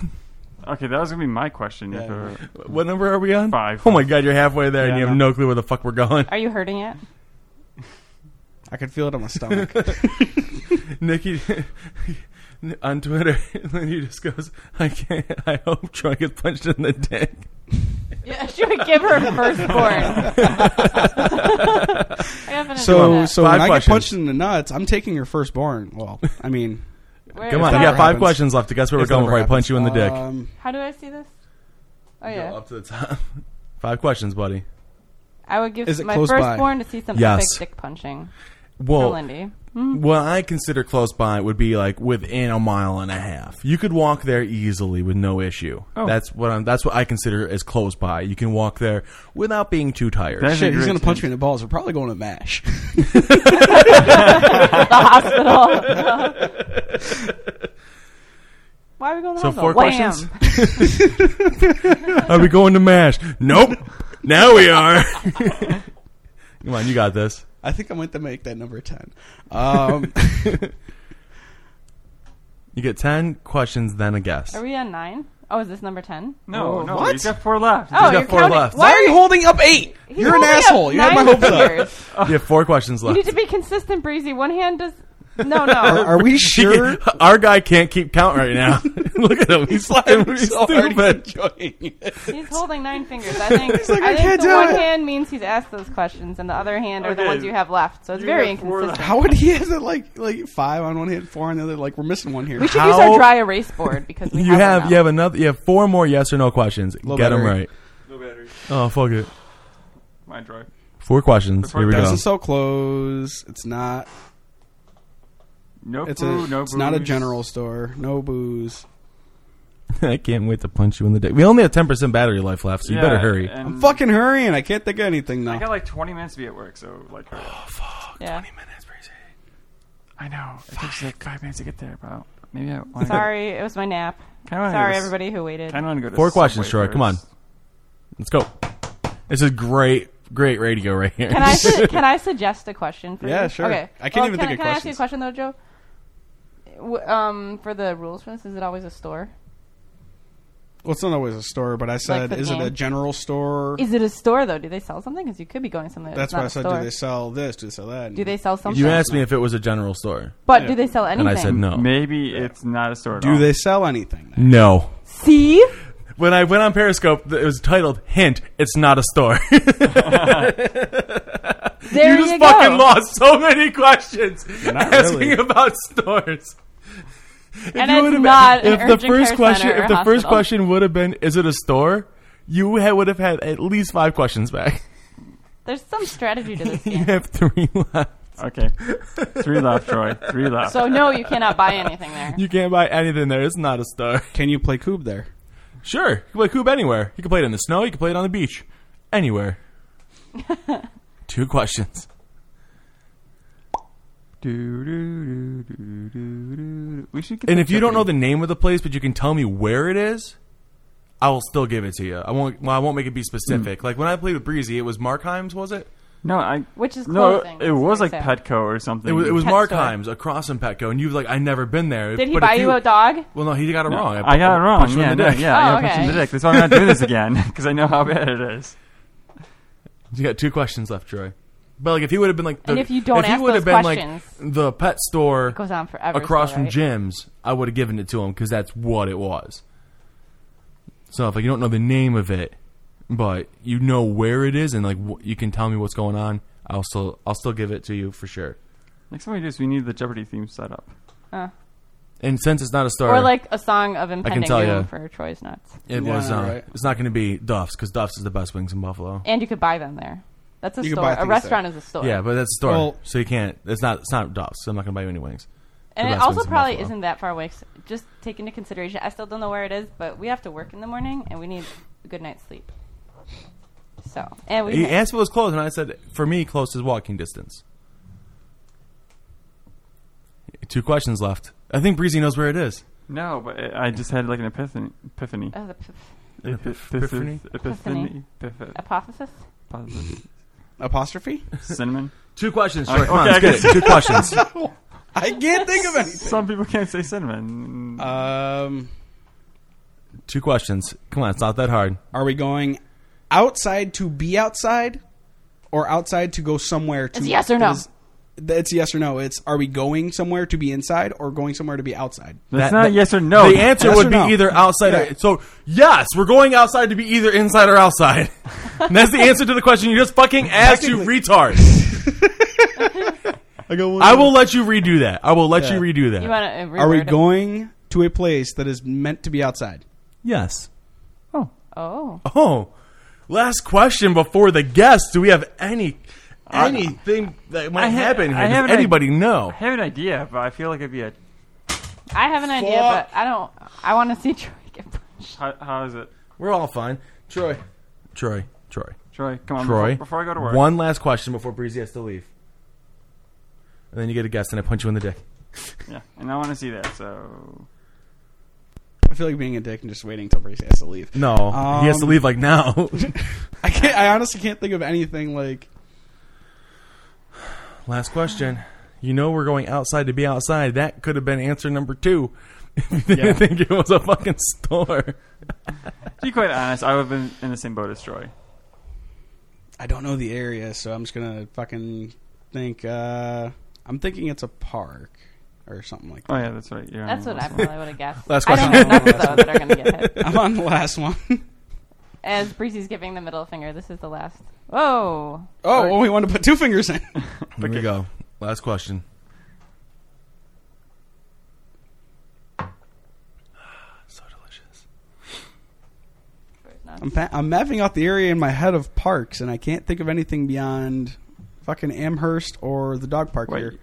Speaker 2: okay, that was gonna be my question. If
Speaker 4: Yeah.
Speaker 2: it were-
Speaker 1: What number are we on?
Speaker 2: Five.
Speaker 1: Oh my god, you're halfway there and
Speaker 4: Yeah,
Speaker 1: you have
Speaker 4: no.
Speaker 1: no. clue where the fuck we're going.
Speaker 3: Are you hurting yet?
Speaker 4: I could feel it on my stomach.
Speaker 1: Nikki on Twitter, then he just goes, I can't I hope Troy gets punched in the dick.
Speaker 3: Yeah, she would give her firstborn. I definitely
Speaker 4: So
Speaker 3: that.
Speaker 4: so
Speaker 1: Five
Speaker 4: when I get
Speaker 1: questions.
Speaker 4: punched in the nuts, I'm taking your firstborn. Well, I mean,
Speaker 3: Where-
Speaker 1: Come on,
Speaker 3: how,
Speaker 1: you got five
Speaker 4: happens.
Speaker 1: questions left to guess where we're
Speaker 4: if that
Speaker 1: going
Speaker 4: ever
Speaker 1: before I punch
Speaker 4: happens.
Speaker 1: you in the dick.
Speaker 4: Um,
Speaker 3: how do I see this? Oh yeah,
Speaker 1: Go up to the top. Five questions, buddy.
Speaker 3: I would give
Speaker 4: Is it
Speaker 3: my
Speaker 4: close by?
Speaker 3: firstborn to see some
Speaker 1: Yes.
Speaker 3: epic dick punching. for
Speaker 1: Well,
Speaker 3: Lindy.
Speaker 1: what I consider close by would be like within a mile and a half. You could walk there easily with no issue. That's what I'm. That's what I consider as close by. You can walk there without being too tired.
Speaker 2: That's
Speaker 4: Um, shit,
Speaker 2: a
Speaker 4: he's
Speaker 2: great
Speaker 4: gonna punch
Speaker 2: tip.
Speaker 4: me in the balls. We're probably going to mash.
Speaker 3: the hospital. Why are we going to the
Speaker 1: So
Speaker 3: hospital?
Speaker 1: four
Speaker 3: Wham!
Speaker 1: questions? Are we going to mash? Nope. now we are. Come on, you got this.
Speaker 4: I think I'm going to make that number ten. Um,
Speaker 1: You get ten questions, then a guess.
Speaker 3: Are we on nine? Oh, is this number ten?
Speaker 4: Oh,
Speaker 2: No, no,
Speaker 4: what?
Speaker 2: he's got four left.
Speaker 3: Oh,
Speaker 1: got
Speaker 3: you're
Speaker 1: four
Speaker 3: counting.
Speaker 1: left.
Speaker 3: Why are you?
Speaker 4: holding up eight?
Speaker 3: he's
Speaker 4: You're an
Speaker 3: holding up
Speaker 4: asshole. You had my
Speaker 3: nine
Speaker 4: hopes up.
Speaker 3: fingers.
Speaker 1: You have four questions
Speaker 3: You
Speaker 1: left.
Speaker 3: need to be consistent, Breezy. One hand does. No, no.
Speaker 4: Are we
Speaker 1: She can-
Speaker 4: sure?
Speaker 1: Our guy can't keep count right now. Look at him. He's laughing. He's
Speaker 4: so hard, he's
Speaker 1: stupid.
Speaker 4: enjoying it.
Speaker 3: He's holding nine fingers. I think.
Speaker 4: like,
Speaker 3: I
Speaker 4: "I
Speaker 3: think
Speaker 4: can't
Speaker 3: the
Speaker 4: do
Speaker 3: one
Speaker 4: it."
Speaker 3: hand means he's asked those questions, and the other hand are the
Speaker 2: Okay.
Speaker 3: ones you have left. So it's
Speaker 2: You
Speaker 3: very
Speaker 2: got four
Speaker 3: inconsistent.
Speaker 4: How would he have it like like five on one hand, four on the other? Like we're missing one here.
Speaker 3: We should
Speaker 1: How-
Speaker 3: use our dry erase board because we
Speaker 1: You have
Speaker 3: one
Speaker 1: you
Speaker 3: now.
Speaker 1: have another you have four more yes or no questions.
Speaker 4: Low
Speaker 1: Get them
Speaker 4: battery.
Speaker 1: right.
Speaker 2: No battery.
Speaker 1: Oh fuck it.
Speaker 2: My drive.
Speaker 1: Four questions. Here we go.
Speaker 4: doesn't sell clothes. It's not.
Speaker 2: No
Speaker 4: It's
Speaker 2: food,
Speaker 4: a.
Speaker 2: no
Speaker 4: it's not a
Speaker 2: booze.
Speaker 4: general store. No booze.
Speaker 1: I can't wait to punch you in the dick. We only have ten percent battery life left, so you
Speaker 2: Yeah,
Speaker 1: better hurry.
Speaker 2: and
Speaker 4: I'm fucking hurrying. I can't think of anything
Speaker 2: Um, I
Speaker 4: now.
Speaker 2: got like 20 minutes to be at work, so like. hurry
Speaker 1: Oh,
Speaker 2: up.
Speaker 3: Yeah.
Speaker 2: I know. It takes like five minutes to get there, bro. Maybe I. Wanna
Speaker 3: Sorry, it was my nap.
Speaker 2: Go, kinda wanna
Speaker 3: Sorry,
Speaker 2: go to,
Speaker 3: everybody who waited.
Speaker 2: Kind of want to go to
Speaker 1: Four questions,
Speaker 2: Subway
Speaker 1: Troy. Come on.
Speaker 2: first.
Speaker 1: Let's go. This is great, great radio right here.
Speaker 3: Can I su- can I suggest a question for you?
Speaker 4: Yeah, sure.
Speaker 3: Okay.
Speaker 4: I can't
Speaker 3: Well,
Speaker 4: even
Speaker 3: can,
Speaker 4: think of
Speaker 3: Can I ask you a question though, Joe? W- um, for the rules for this, is it always a store?
Speaker 4: Well, it's not always a store, but I said,
Speaker 3: the
Speaker 4: is it a
Speaker 3: game.
Speaker 4: general store?
Speaker 3: Is it a store though? Do they sell something? Because you could be going somewhere.
Speaker 4: That's
Speaker 3: not
Speaker 4: why I
Speaker 3: a
Speaker 4: said,
Speaker 3: store.
Speaker 4: do they sell this? Do they sell that?
Speaker 3: Do they sell something?
Speaker 1: You asked me if it was a general store,
Speaker 3: but
Speaker 4: yeah.
Speaker 3: do they sell anything?
Speaker 1: and I said no.
Speaker 2: Maybe it's not a store. At
Speaker 4: Do
Speaker 2: all.
Speaker 4: they sell anything?
Speaker 1: No.
Speaker 3: See,
Speaker 1: When I went on Periscope, th- it was titled "Hint: It's not a store." you
Speaker 3: there you,
Speaker 1: just
Speaker 3: go.
Speaker 1: fucking lost so many questions
Speaker 4: not
Speaker 1: asking
Speaker 4: really.
Speaker 1: about stores. If
Speaker 3: And
Speaker 1: you
Speaker 3: it's
Speaker 1: would've-
Speaker 3: not an
Speaker 1: if the
Speaker 3: urgent
Speaker 1: first
Speaker 3: care
Speaker 1: question,
Speaker 3: center or
Speaker 1: if the first
Speaker 3: hospital.
Speaker 1: question would have been, "Is it a store?" you ha- would have had at least five questions back.
Speaker 3: There's some strategy to this
Speaker 1: You
Speaker 3: game.
Speaker 1: have three left.
Speaker 2: Okay. Three left, Troy. Three left.
Speaker 3: So no, you cannot buy anything there.
Speaker 1: You can't buy anything there. It's not a store.
Speaker 4: Can you play Coob there?
Speaker 1: Sure, you can play Coop anywhere. You can play it in the snow. You can play it on the beach. Anywhere. Two questions.
Speaker 2: Do, do, do, do, do, do, do. We should get
Speaker 1: And
Speaker 2: that
Speaker 1: if you don't know
Speaker 2: Jeopardy.
Speaker 1: the name of the place, but you can tell me where it is, I will still give it to you. I won't. Well, I won't make it be specific.
Speaker 2: Mm.
Speaker 1: Like when I played with Breezy, it was Markheim's, was it?
Speaker 2: No, I.
Speaker 3: Which is
Speaker 2: No,
Speaker 3: closing.
Speaker 2: it was like
Speaker 3: That's very sad.
Speaker 2: Petco or something.
Speaker 1: It was, it was
Speaker 3: Pet
Speaker 1: Markheim's across from Petco, and you were like, "I never been there."
Speaker 3: Did he
Speaker 1: But
Speaker 3: buy
Speaker 1: if
Speaker 3: you a dog?
Speaker 1: Well, no, he got it wrong.
Speaker 2: I got it wrong.
Speaker 1: punched him
Speaker 2: Yeah,
Speaker 1: in the
Speaker 2: no,
Speaker 1: dick.
Speaker 2: yeah,
Speaker 3: Oh,
Speaker 2: I got punched in the
Speaker 3: okay.
Speaker 2: dick. That's why I'm not doing this again because I know how bad it is.
Speaker 1: You got two questions left, Troy. But like, if he would have been like, the,
Speaker 3: And if you don't
Speaker 1: if he
Speaker 3: ask
Speaker 1: would have
Speaker 3: those
Speaker 1: been like
Speaker 3: questions-
Speaker 1: the pet store
Speaker 3: It goes on forever.
Speaker 1: across
Speaker 3: so,
Speaker 1: from
Speaker 3: right?
Speaker 1: Jim's, I would have given it to him because that's what it was. So if like, you don't know the name of it, but you know where it is and like wh- you can tell me what's going on, I'll still I'll still give it to you for sure.
Speaker 2: Next time we do this, we need the Jeopardy theme set up.
Speaker 1: And since it's not a star,
Speaker 3: Or like a song of impending
Speaker 1: tell ya.
Speaker 3: doom for Troy's nuts.
Speaker 1: it
Speaker 4: Yeah,
Speaker 1: was, uh,
Speaker 4: right.
Speaker 1: it's not going to be Duff's because Duff's is the best wings in Buffalo.
Speaker 3: And you could buy them there. That's a
Speaker 4: You could
Speaker 3: store.
Speaker 4: buy
Speaker 3: A
Speaker 4: things
Speaker 3: restaurant is a store.
Speaker 1: Yeah, but that's a store,
Speaker 4: Well-
Speaker 1: so you can't. It's not. It's not Duff's. So I'm not going to buy you any wings.
Speaker 3: and
Speaker 1: the
Speaker 3: it
Speaker 1: best
Speaker 3: also
Speaker 1: ones in
Speaker 3: probably
Speaker 1: Buffalo.
Speaker 3: isn't that far away. 'cause just take into consideration, I still don't know where it is, but we have to work in the morning and we need a good night's sleep. So, and we
Speaker 1: He asked if it was close, and I said, for me, close is walking distance. Two questions left. I think Breezy knows where it is.
Speaker 2: No, but I I just had like an epiphany. Epiphany.
Speaker 3: uh, the p-
Speaker 1: Epiphany?
Speaker 2: Epiphany. Epiphany.
Speaker 3: hypothesis.
Speaker 2: Positive.
Speaker 4: Apostrophe?
Speaker 2: Cinnamon.
Speaker 1: Two questions.
Speaker 2: Okay,
Speaker 1: Troy. Come on,
Speaker 2: okay,
Speaker 1: let's get it. Two questions.
Speaker 4: I can't think of anything.
Speaker 2: Some people can't say cinnamon.
Speaker 1: Uh,
Speaker 4: Um,
Speaker 1: Two questions. Come on, it's not that hard.
Speaker 4: are we going outside to be outside, or outside to go somewhere? To,
Speaker 3: It's yes or no.
Speaker 4: It's, it's yes or no. It's are we going somewhere to be inside or going somewhere to be outside?
Speaker 2: That's
Speaker 1: that-
Speaker 2: not
Speaker 1: that-
Speaker 2: Oh, yes or no.
Speaker 1: the answer
Speaker 4: Yes
Speaker 1: would
Speaker 4: or
Speaker 1: be
Speaker 4: no?
Speaker 1: either outside.
Speaker 4: Yeah.
Speaker 1: Or, so, yes, we're going outside to be either inside or outside. And that's the answer to the question you just fucking asked, you retard.
Speaker 4: I go.
Speaker 1: I will let you redo that. I will let
Speaker 4: Yeah.
Speaker 1: you redo that.
Speaker 3: You uh, want to?
Speaker 4: Are we going to a place that is meant to be outside?
Speaker 1: yes.
Speaker 3: Oh,
Speaker 1: Oh, last question before the guests. Do we have any anything that might
Speaker 2: I ha-
Speaker 1: happen here?
Speaker 2: I have
Speaker 1: Does
Speaker 2: an idea.
Speaker 1: anybody know?
Speaker 2: I have an idea, but I feel like it'd be a
Speaker 3: I have an idea, but I don't. I want to see Troy get punched.
Speaker 2: how, how is it,
Speaker 1: We're all fine. Troy, Troy, Troy,
Speaker 2: Troy? Come on,
Speaker 1: Troy.
Speaker 2: Before, before I go to work.
Speaker 1: One last question before Breezy has to leave, and then you get a guest, and I punch you in the dick.
Speaker 2: Yeah, and I want to see that. So
Speaker 4: I feel like being a dick and just waiting till Bracy has to leave.
Speaker 1: No, he has to
Speaker 4: Um,
Speaker 1: leave like now.
Speaker 4: I can't. I honestly can't think of anything like.
Speaker 1: last question. You know we're going outside to be outside. That could have been answer number two. If you didn't
Speaker 4: Yeah.
Speaker 1: think it was a fucking store.
Speaker 2: to be quite honest, I would have been in the same boat as Troy.
Speaker 4: I don't know the area, so I'm just gonna fucking think. Uh, I'm thinking it's a park or something like that.
Speaker 2: Oh yeah, that's right. You're on
Speaker 3: That's
Speaker 2: the
Speaker 3: what I
Speaker 2: list.
Speaker 3: probably would have guessed.
Speaker 1: Last
Speaker 3: I don't
Speaker 1: question.
Speaker 3: have numbers though that are going to get hit.
Speaker 4: I'm on the last one.
Speaker 3: As Breezy's giving the middle finger, this is the last. Whoa.
Speaker 4: oh, well, we want to put two fingers in.
Speaker 1: Here we go. Last question. so delicious.
Speaker 3: No.
Speaker 4: I'm fa- I'm mapping out the area in my head of parks, and I can't think of anything beyond fucking Amherst or the dog park
Speaker 2: Wait,
Speaker 4: here.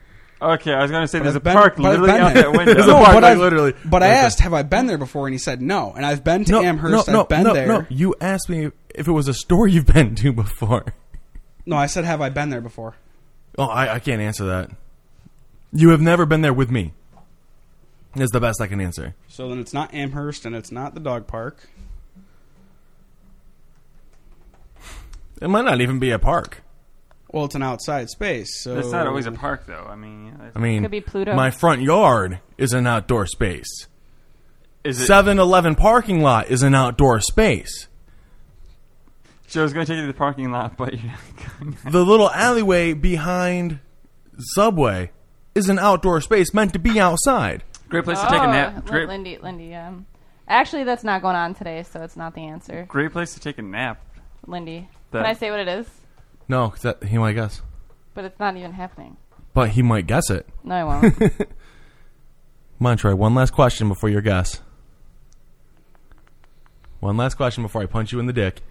Speaker 2: Okay, I was gonna say
Speaker 4: But
Speaker 2: there's a
Speaker 4: I've been-
Speaker 2: park
Speaker 4: but I've
Speaker 2: literally
Speaker 4: been
Speaker 2: out
Speaker 4: there.
Speaker 2: that window.
Speaker 1: There's
Speaker 4: No,
Speaker 1: a park,
Speaker 4: but
Speaker 1: like,
Speaker 4: I've-
Speaker 1: literally.
Speaker 4: But I
Speaker 1: Okay.
Speaker 4: asked, have I been there before? And he said no. And I've been to Amherst. I've been
Speaker 1: no,
Speaker 4: there.
Speaker 1: no.
Speaker 4: No.
Speaker 1: You asked me if it was a store you've been to before.
Speaker 4: I said, have I been there before?
Speaker 1: Oh, I, I can't answer that. You have never been there with me. Is the best I can answer.
Speaker 4: So then it's not Amherst, and it's not the dog park.
Speaker 1: It might not even be a park.
Speaker 4: Well, it's an outside space. So
Speaker 2: It's not always a park though. I mean,
Speaker 1: I mean,
Speaker 3: Could be Pluto.
Speaker 1: my front yard is an outdoor space.
Speaker 2: is it
Speaker 1: 7-Eleven parking lot is an outdoor space.
Speaker 2: Joe's gonna take you to the parking lot, but you're not going.
Speaker 1: the little alleyway behind Subway is an outdoor space meant to be outside.
Speaker 2: Great place to take a nap.
Speaker 3: Oh, Lin-
Speaker 2: Great,
Speaker 3: Lindy, Lindy. Um, actually, that's not going on today, so it's not the answer.
Speaker 2: great place to take a nap.
Speaker 3: Lindy,
Speaker 2: That-
Speaker 3: can I say what it is?
Speaker 1: No, that, he might guess,
Speaker 3: But it's not even happening.
Speaker 1: but he might guess it.
Speaker 3: No, I won't.
Speaker 1: Come on, Troy. One last question before your guess. One last question before I punch you in the dick.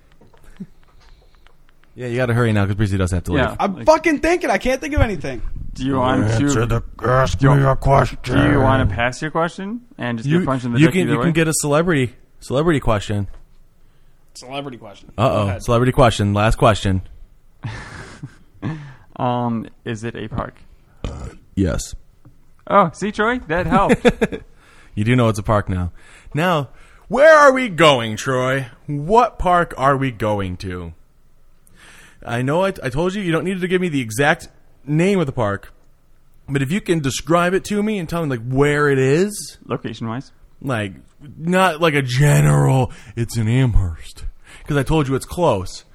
Speaker 1: Yeah, you got to hurry now because Breezy does have to leave.
Speaker 2: Yeah.
Speaker 4: I'm fucking thinking. I can't think of anything.
Speaker 2: Do you want to?
Speaker 5: ask me a question.
Speaker 2: do you want to pass your question and just
Speaker 1: You,
Speaker 2: get punched in the
Speaker 1: you
Speaker 2: dick
Speaker 1: can
Speaker 2: either
Speaker 1: you
Speaker 2: way?
Speaker 1: can get a celebrity celebrity question.
Speaker 4: Celebrity question. Go
Speaker 1: Uh oh,
Speaker 4: ahead.
Speaker 1: celebrity question. Last question.
Speaker 2: um, is it a park?
Speaker 1: Yes.
Speaker 2: Oh, see, Troy, that helped.
Speaker 1: You do know it's a park now. Now, where are we going, Troy? What park are we going to? I know I, I told you you don't need to give me the exact name of the park, but if you can describe it to me and tell me like where it is,
Speaker 2: Location wise,
Speaker 1: like not like a general, it's in Amherst because I told you it's close.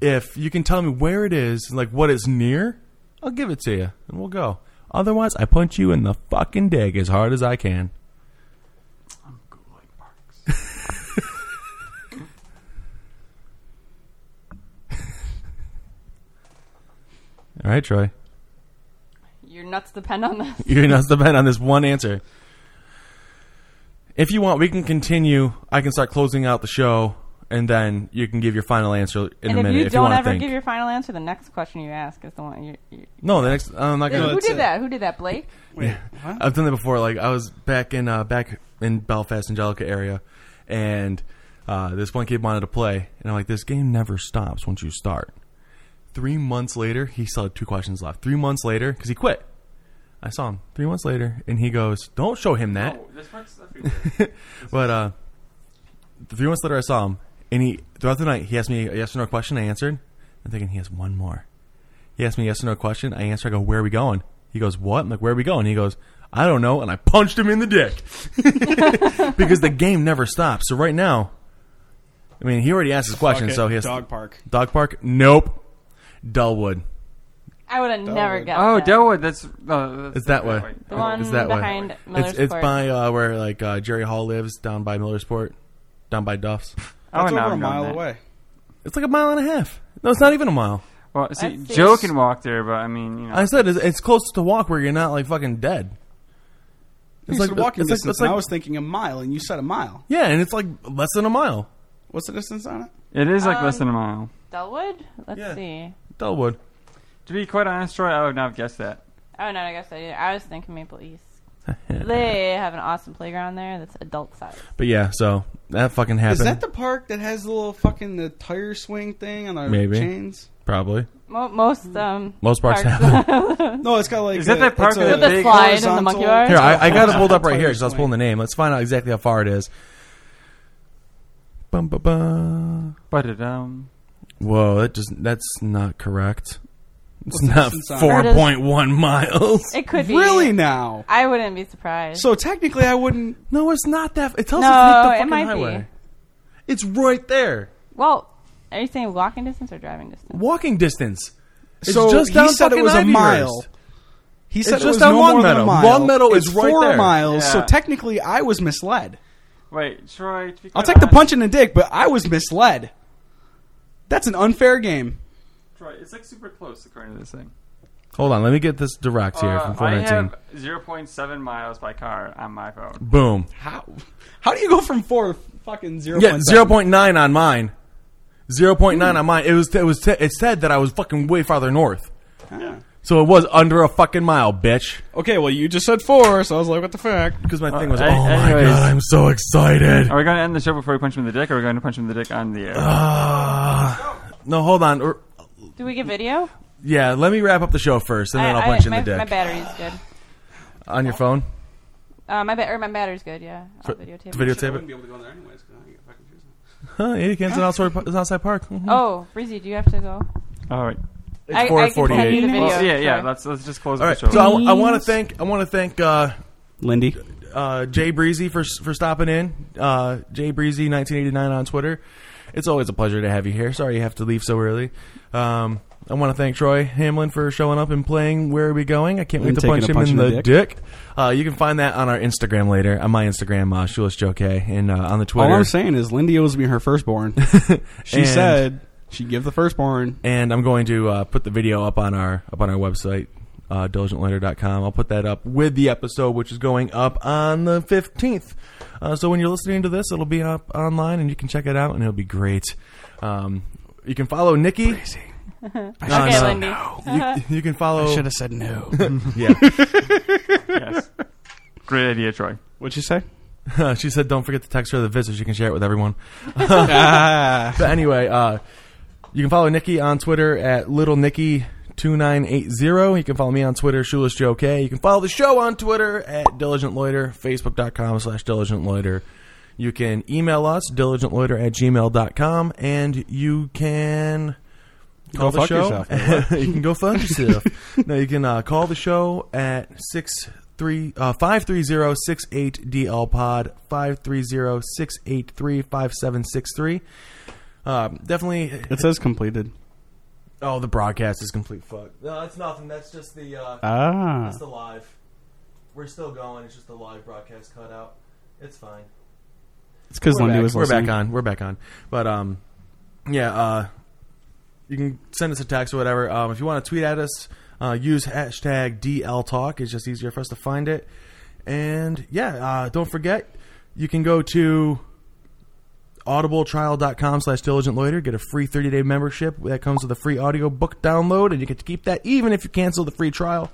Speaker 1: If you can tell me where it is, like what it's near, I'll give it to you and we'll go. Otherwise, I punch you in the fucking dick as hard as I can.
Speaker 2: Googling parks.
Speaker 1: All right, Troy.
Speaker 3: Your nuts depend on this.
Speaker 1: You're not to bet on this one answer. If you want, we can continue. I can start closing out the show, and then you can give your final answer in
Speaker 3: and
Speaker 1: a
Speaker 3: if
Speaker 1: minute
Speaker 3: you
Speaker 1: if you
Speaker 3: don't
Speaker 1: want to
Speaker 3: ever
Speaker 1: think.
Speaker 3: give your final answer, the next question you ask is the one you. you
Speaker 1: no, the next I'm not
Speaker 4: No,
Speaker 1: gonna.
Speaker 3: who
Speaker 4: that's
Speaker 3: did
Speaker 4: it.
Speaker 3: that? Who did that, Blake?
Speaker 4: Wait, what?
Speaker 1: I've done that before. Like I was back in uh, back in Belfast, Angelica area, and uh, this one kid wanted to play, and I'm like, this game never stops once you start. Three months later, he still had two questions left. Three months later, because he quit. I saw him three months later, and he goes, "Don't show him that."
Speaker 2: Oh, this park's
Speaker 1: But uh, three months later, I saw him, and he throughout the night he asked me a yes or no question. I answered. I'm thinking he has one more. He asked me a yes or no question. I answer. I go, "Where are we going?" He goes, "What?" I'm like, "Where are we going?" He goes, "I don't know." And I punched him in the dick because the game never stops. So right now, I mean, he already asked his question,
Speaker 4: Okay,
Speaker 1: so he has
Speaker 4: dog park.
Speaker 1: Dog park? Nope. Dellwood.
Speaker 3: I would have never
Speaker 4: would-
Speaker 3: guessed.
Speaker 2: Oh,
Speaker 3: that.
Speaker 2: Delwood. That's, uh, that's
Speaker 1: It's that way.
Speaker 3: The one
Speaker 1: it's that
Speaker 3: behind
Speaker 1: way.
Speaker 3: Miller's
Speaker 1: it's it's
Speaker 3: Court.
Speaker 1: by uh, where like uh, Jerry Hall lives down by Millersport, down by Duff's.
Speaker 2: Oh,
Speaker 4: That's
Speaker 2: now
Speaker 4: over a
Speaker 2: I'm going
Speaker 4: mile
Speaker 2: that.
Speaker 4: away.
Speaker 1: It's like a mile and a half. No, it's not even a mile.
Speaker 2: Well, see,
Speaker 3: That's
Speaker 2: Joe
Speaker 3: it.
Speaker 2: can walk there, but I mean, you know,
Speaker 1: I said it's, it's close to walk where you're not like fucking dead.
Speaker 4: It's like walking
Speaker 1: it's like-
Speaker 4: distance.
Speaker 1: it's like-
Speaker 4: and I was thinking a mile, and you said a mile.
Speaker 1: Yeah, and it's like less than a mile.
Speaker 4: What's the distance on it?
Speaker 2: it is like less
Speaker 3: Um,
Speaker 2: than a mile.
Speaker 3: Delwood? Let's
Speaker 1: Yeah.
Speaker 3: see.
Speaker 1: Delwood.
Speaker 2: To be quite honest, Troy, I would not have guessed that.
Speaker 3: Oh no, I guess I did. I was thinking Maple East. they have an awesome playground there that's adult size.
Speaker 1: But yeah, so that fucking happened.
Speaker 4: Is that the park that has the little fucking the tire swing thing on the
Speaker 1: Maybe.
Speaker 4: chains?
Speaker 1: Probably
Speaker 3: Mo- most um
Speaker 1: most parks
Speaker 3: parks-
Speaker 1: have. it.
Speaker 4: No, it's got like
Speaker 2: Is that
Speaker 4: a-
Speaker 2: that park
Speaker 4: it's
Speaker 2: with
Speaker 4: a-
Speaker 2: the With the big
Speaker 3: slide and the monkey
Speaker 4: horizontal-
Speaker 3: bar?
Speaker 1: Here, I, I got it pulled up right here
Speaker 4: Tire
Speaker 1: because I was
Speaker 4: swing.
Speaker 1: pulling the name. Let's find out exactly how far it is. Bum, bum, bum.
Speaker 2: But it um,
Speaker 1: Whoa, that just that's not correct. It's
Speaker 4: What's the
Speaker 1: not
Speaker 4: distance on it?
Speaker 1: four point one miles.
Speaker 3: it could be
Speaker 4: Really now?
Speaker 3: I wouldn't be surprised.
Speaker 4: So technically, I wouldn't.
Speaker 1: No, it's not that. It tells
Speaker 3: No,
Speaker 1: us to
Speaker 3: it
Speaker 1: hit the fucking
Speaker 3: might be.
Speaker 1: highway. It's right there.
Speaker 3: well, are you saying walking distance or driving distance?
Speaker 1: Walking distance. It's
Speaker 4: so
Speaker 1: just down
Speaker 4: he said it
Speaker 1: fucking
Speaker 4: was a
Speaker 1: Ivyhurst.
Speaker 4: mile. He said
Speaker 1: It's
Speaker 4: it
Speaker 1: just
Speaker 4: was
Speaker 1: on
Speaker 4: no more than
Speaker 1: Longmeadow.
Speaker 4: a mile.
Speaker 1: Longmeadow
Speaker 4: it's
Speaker 1: is right
Speaker 4: four
Speaker 1: there.
Speaker 4: miles. So
Speaker 2: Yeah.
Speaker 4: technically, I was misled.
Speaker 2: wait, Troy. To be
Speaker 4: I'll
Speaker 2: quite
Speaker 4: take the
Speaker 2: honest-
Speaker 4: punch in the dick, but I was misled. That's an unfair game.
Speaker 2: Troy, it's like super close according to this thing.
Speaker 1: Hold on, let me get this direct here
Speaker 2: Uh,
Speaker 1: from
Speaker 2: I
Speaker 1: 419.
Speaker 2: have 0.7 miles by car on my phone.
Speaker 1: Boom.
Speaker 4: How? How do you go from four to fucking zero?
Speaker 1: Yeah, zero point nine on mine. Zero point nine on mine. It was. It was. It said that I was fucking way farther north. So it was under a fucking mile, bitch.
Speaker 4: Okay, well you just said four, so I was like, what the fuck?
Speaker 1: Because my thing was,
Speaker 2: a-
Speaker 1: oh my
Speaker 2: anyways.
Speaker 1: god, I'm so excited.
Speaker 2: Are we going to end the show before we punch him in the dick, or are we going to punch him in the dick on the
Speaker 1: Uh,
Speaker 2: air?
Speaker 1: Ah. no, hold on. Or-
Speaker 3: Do we get video?
Speaker 1: Yeah, let me wrap up the show first, and then
Speaker 3: I,
Speaker 1: I'll
Speaker 3: I-
Speaker 1: punch
Speaker 3: my,
Speaker 1: you in the
Speaker 3: my
Speaker 1: dick
Speaker 3: battery's good.
Speaker 1: on your phone
Speaker 3: Uh, my ba- or my battery's good. Yeah, I'll videotape.
Speaker 1: to
Speaker 3: it.
Speaker 1: videotape it.
Speaker 4: be able to go in there anyways. Cause I get fucking
Speaker 1: Huh? Ada Kansas outside, is outside park. Mhm.
Speaker 3: Oh, Breezy, do you have to go?
Speaker 2: All right.
Speaker 1: It's
Speaker 3: I- I can
Speaker 1: 4:48.
Speaker 3: send you the video.
Speaker 2: Well, yeah, yeah.
Speaker 3: Troy.
Speaker 2: Let's let's just close
Speaker 1: All right.
Speaker 2: the show.
Speaker 1: So I, want to thank. I want to thank. Uh,
Speaker 4: Lindy,
Speaker 1: uh, Jay Breezy for for stopping in. Uh, Jay Breezy 1989 on Twitter. It's always a pleasure to have you here. Sorry you have to leave so early. Um, I want to thank Troy Hamlin for showing up and playing Where Are We Going? I can't wait
Speaker 4: And
Speaker 1: to
Speaker 4: taking
Speaker 1: punch
Speaker 4: a
Speaker 1: him
Speaker 4: punch
Speaker 1: in the dick. Uh, you can find that on our Instagram later, on my Instagram, uh, Shoeless Joe K, and uh, on the Twitter.
Speaker 4: all I'm saying is Lindy owes me her firstborn. she
Speaker 1: And-
Speaker 4: said she'd give the firstborn.
Speaker 1: and I'm going to uh, put the video up on our up on our website, uh, diligentlearner.com. I'll put that up with the episode, which is going up on the 15th. Uh, so when you're listening to this, it'll be up online, and you can check it out, and it'll be great. Um, you can follow Nikki.
Speaker 3: Okay,
Speaker 4: Uh,
Speaker 1: no.
Speaker 3: Lindy.
Speaker 1: You, you can follow.
Speaker 4: Should have said no.
Speaker 1: Yeah,
Speaker 2: yes. Great idea, Troy.
Speaker 4: What'd you say?
Speaker 1: she said, don't forget to text her the visit. She can share it with everyone.
Speaker 4: ah,
Speaker 1: But anyway, uh, you can follow Nikki on Twitter at little Nikki. 2980. You can follow me on Twitter, Shoeless Joe K. You can follow the show on Twitter at Diligent Loiter, Facebook.com slash Diligent Loiter. You can email us, diligentloiter at gmail.com, and you can call the
Speaker 4: fuck
Speaker 1: show.
Speaker 4: yourself.
Speaker 1: you can go fuck yourself. no, you can uh, call the show at six three uh, five three zero six eight DL Pod five three zero six eight three five seven six three. Um, definitely.
Speaker 4: it says completed.
Speaker 1: Oh, the broadcast is complete. Fuck. No, that's nothing. That's just the. Uh,
Speaker 4: Ah,
Speaker 1: the live. We're still going. It's just the live broadcast cut out. It's fine.
Speaker 4: it's because
Speaker 1: We're
Speaker 4: Lindy
Speaker 1: back.
Speaker 4: was
Speaker 1: We're
Speaker 4: listening.
Speaker 1: back on. We're back on. But um, yeah. Uh, you can send us a text or whatever. Um, if you want to tweet at us, uh, use hashtag DL Talk. It's just easier for us to find it. And yeah, uh, don't forget you can go to audibletrial.com slash diligent loiter get a free 30-day membership that comes with a free audiobook download and you get to keep that even if you cancel the free trial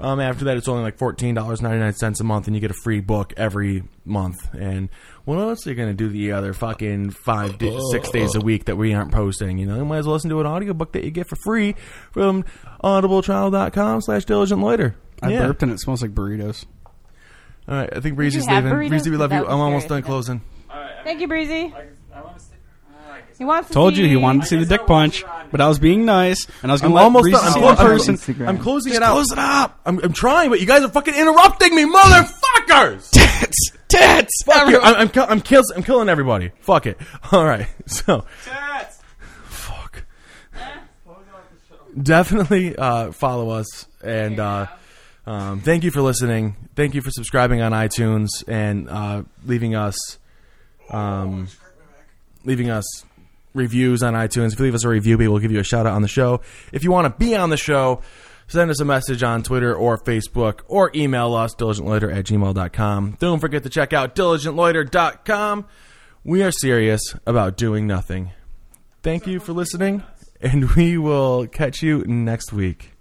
Speaker 1: um, after that it's only like $14.99 a month and you get a free book every month and what else are you going to do the other fucking five di- six days a week that we aren't posting you know you might as well listen to an audiobook that you get for free from audibletrial.com slash diligent loiter
Speaker 4: I
Speaker 1: yeah.
Speaker 4: burped and it smells like burritos.
Speaker 1: all right i think breezy's
Speaker 3: have
Speaker 1: leaving
Speaker 3: burritos?
Speaker 1: breezy we love you
Speaker 3: That was
Speaker 1: i'm almost done
Speaker 3: very-
Speaker 1: closing
Speaker 2: All right.
Speaker 3: Thank you, Breezy.
Speaker 2: I want to stick.
Speaker 3: He wants to
Speaker 4: Told you he
Speaker 3: see-
Speaker 4: wanted to see the
Speaker 2: guess I
Speaker 4: dick punch,
Speaker 2: watched it on-
Speaker 4: but I was being nice, and I was
Speaker 1: I'm
Speaker 4: going to let
Speaker 1: almost
Speaker 4: Breeze
Speaker 1: done. I'm,
Speaker 4: see
Speaker 1: clo-
Speaker 4: the
Speaker 1: I'm,
Speaker 2: closing-
Speaker 4: person.
Speaker 2: Instagram.
Speaker 1: I'm closing
Speaker 4: Just
Speaker 1: it out.
Speaker 4: close it up.
Speaker 1: I'm, I'm trying, but you guys are fucking interrupting me, motherfuckers.
Speaker 4: Tits, tits.
Speaker 1: Fuck you. I'm I'm, kill- I'm, kill- I'm killing everybody. Fuck it. All right. So fuck. Definitely uh, follow us and uh, um, thank you for listening. Thank you for subscribing on iTunes and uh, leaving us, um, leaving us reviews on iTunes. If you leave us a review, we will give you a shout out on the show. If you want to be on the show, send us a message on Twitter or Facebook or email us, diligentloiter at gmail.com. Don't forget to check out diligentloiter.com. We are serious about doing nothing. Thank you for listening, and we will catch you next week.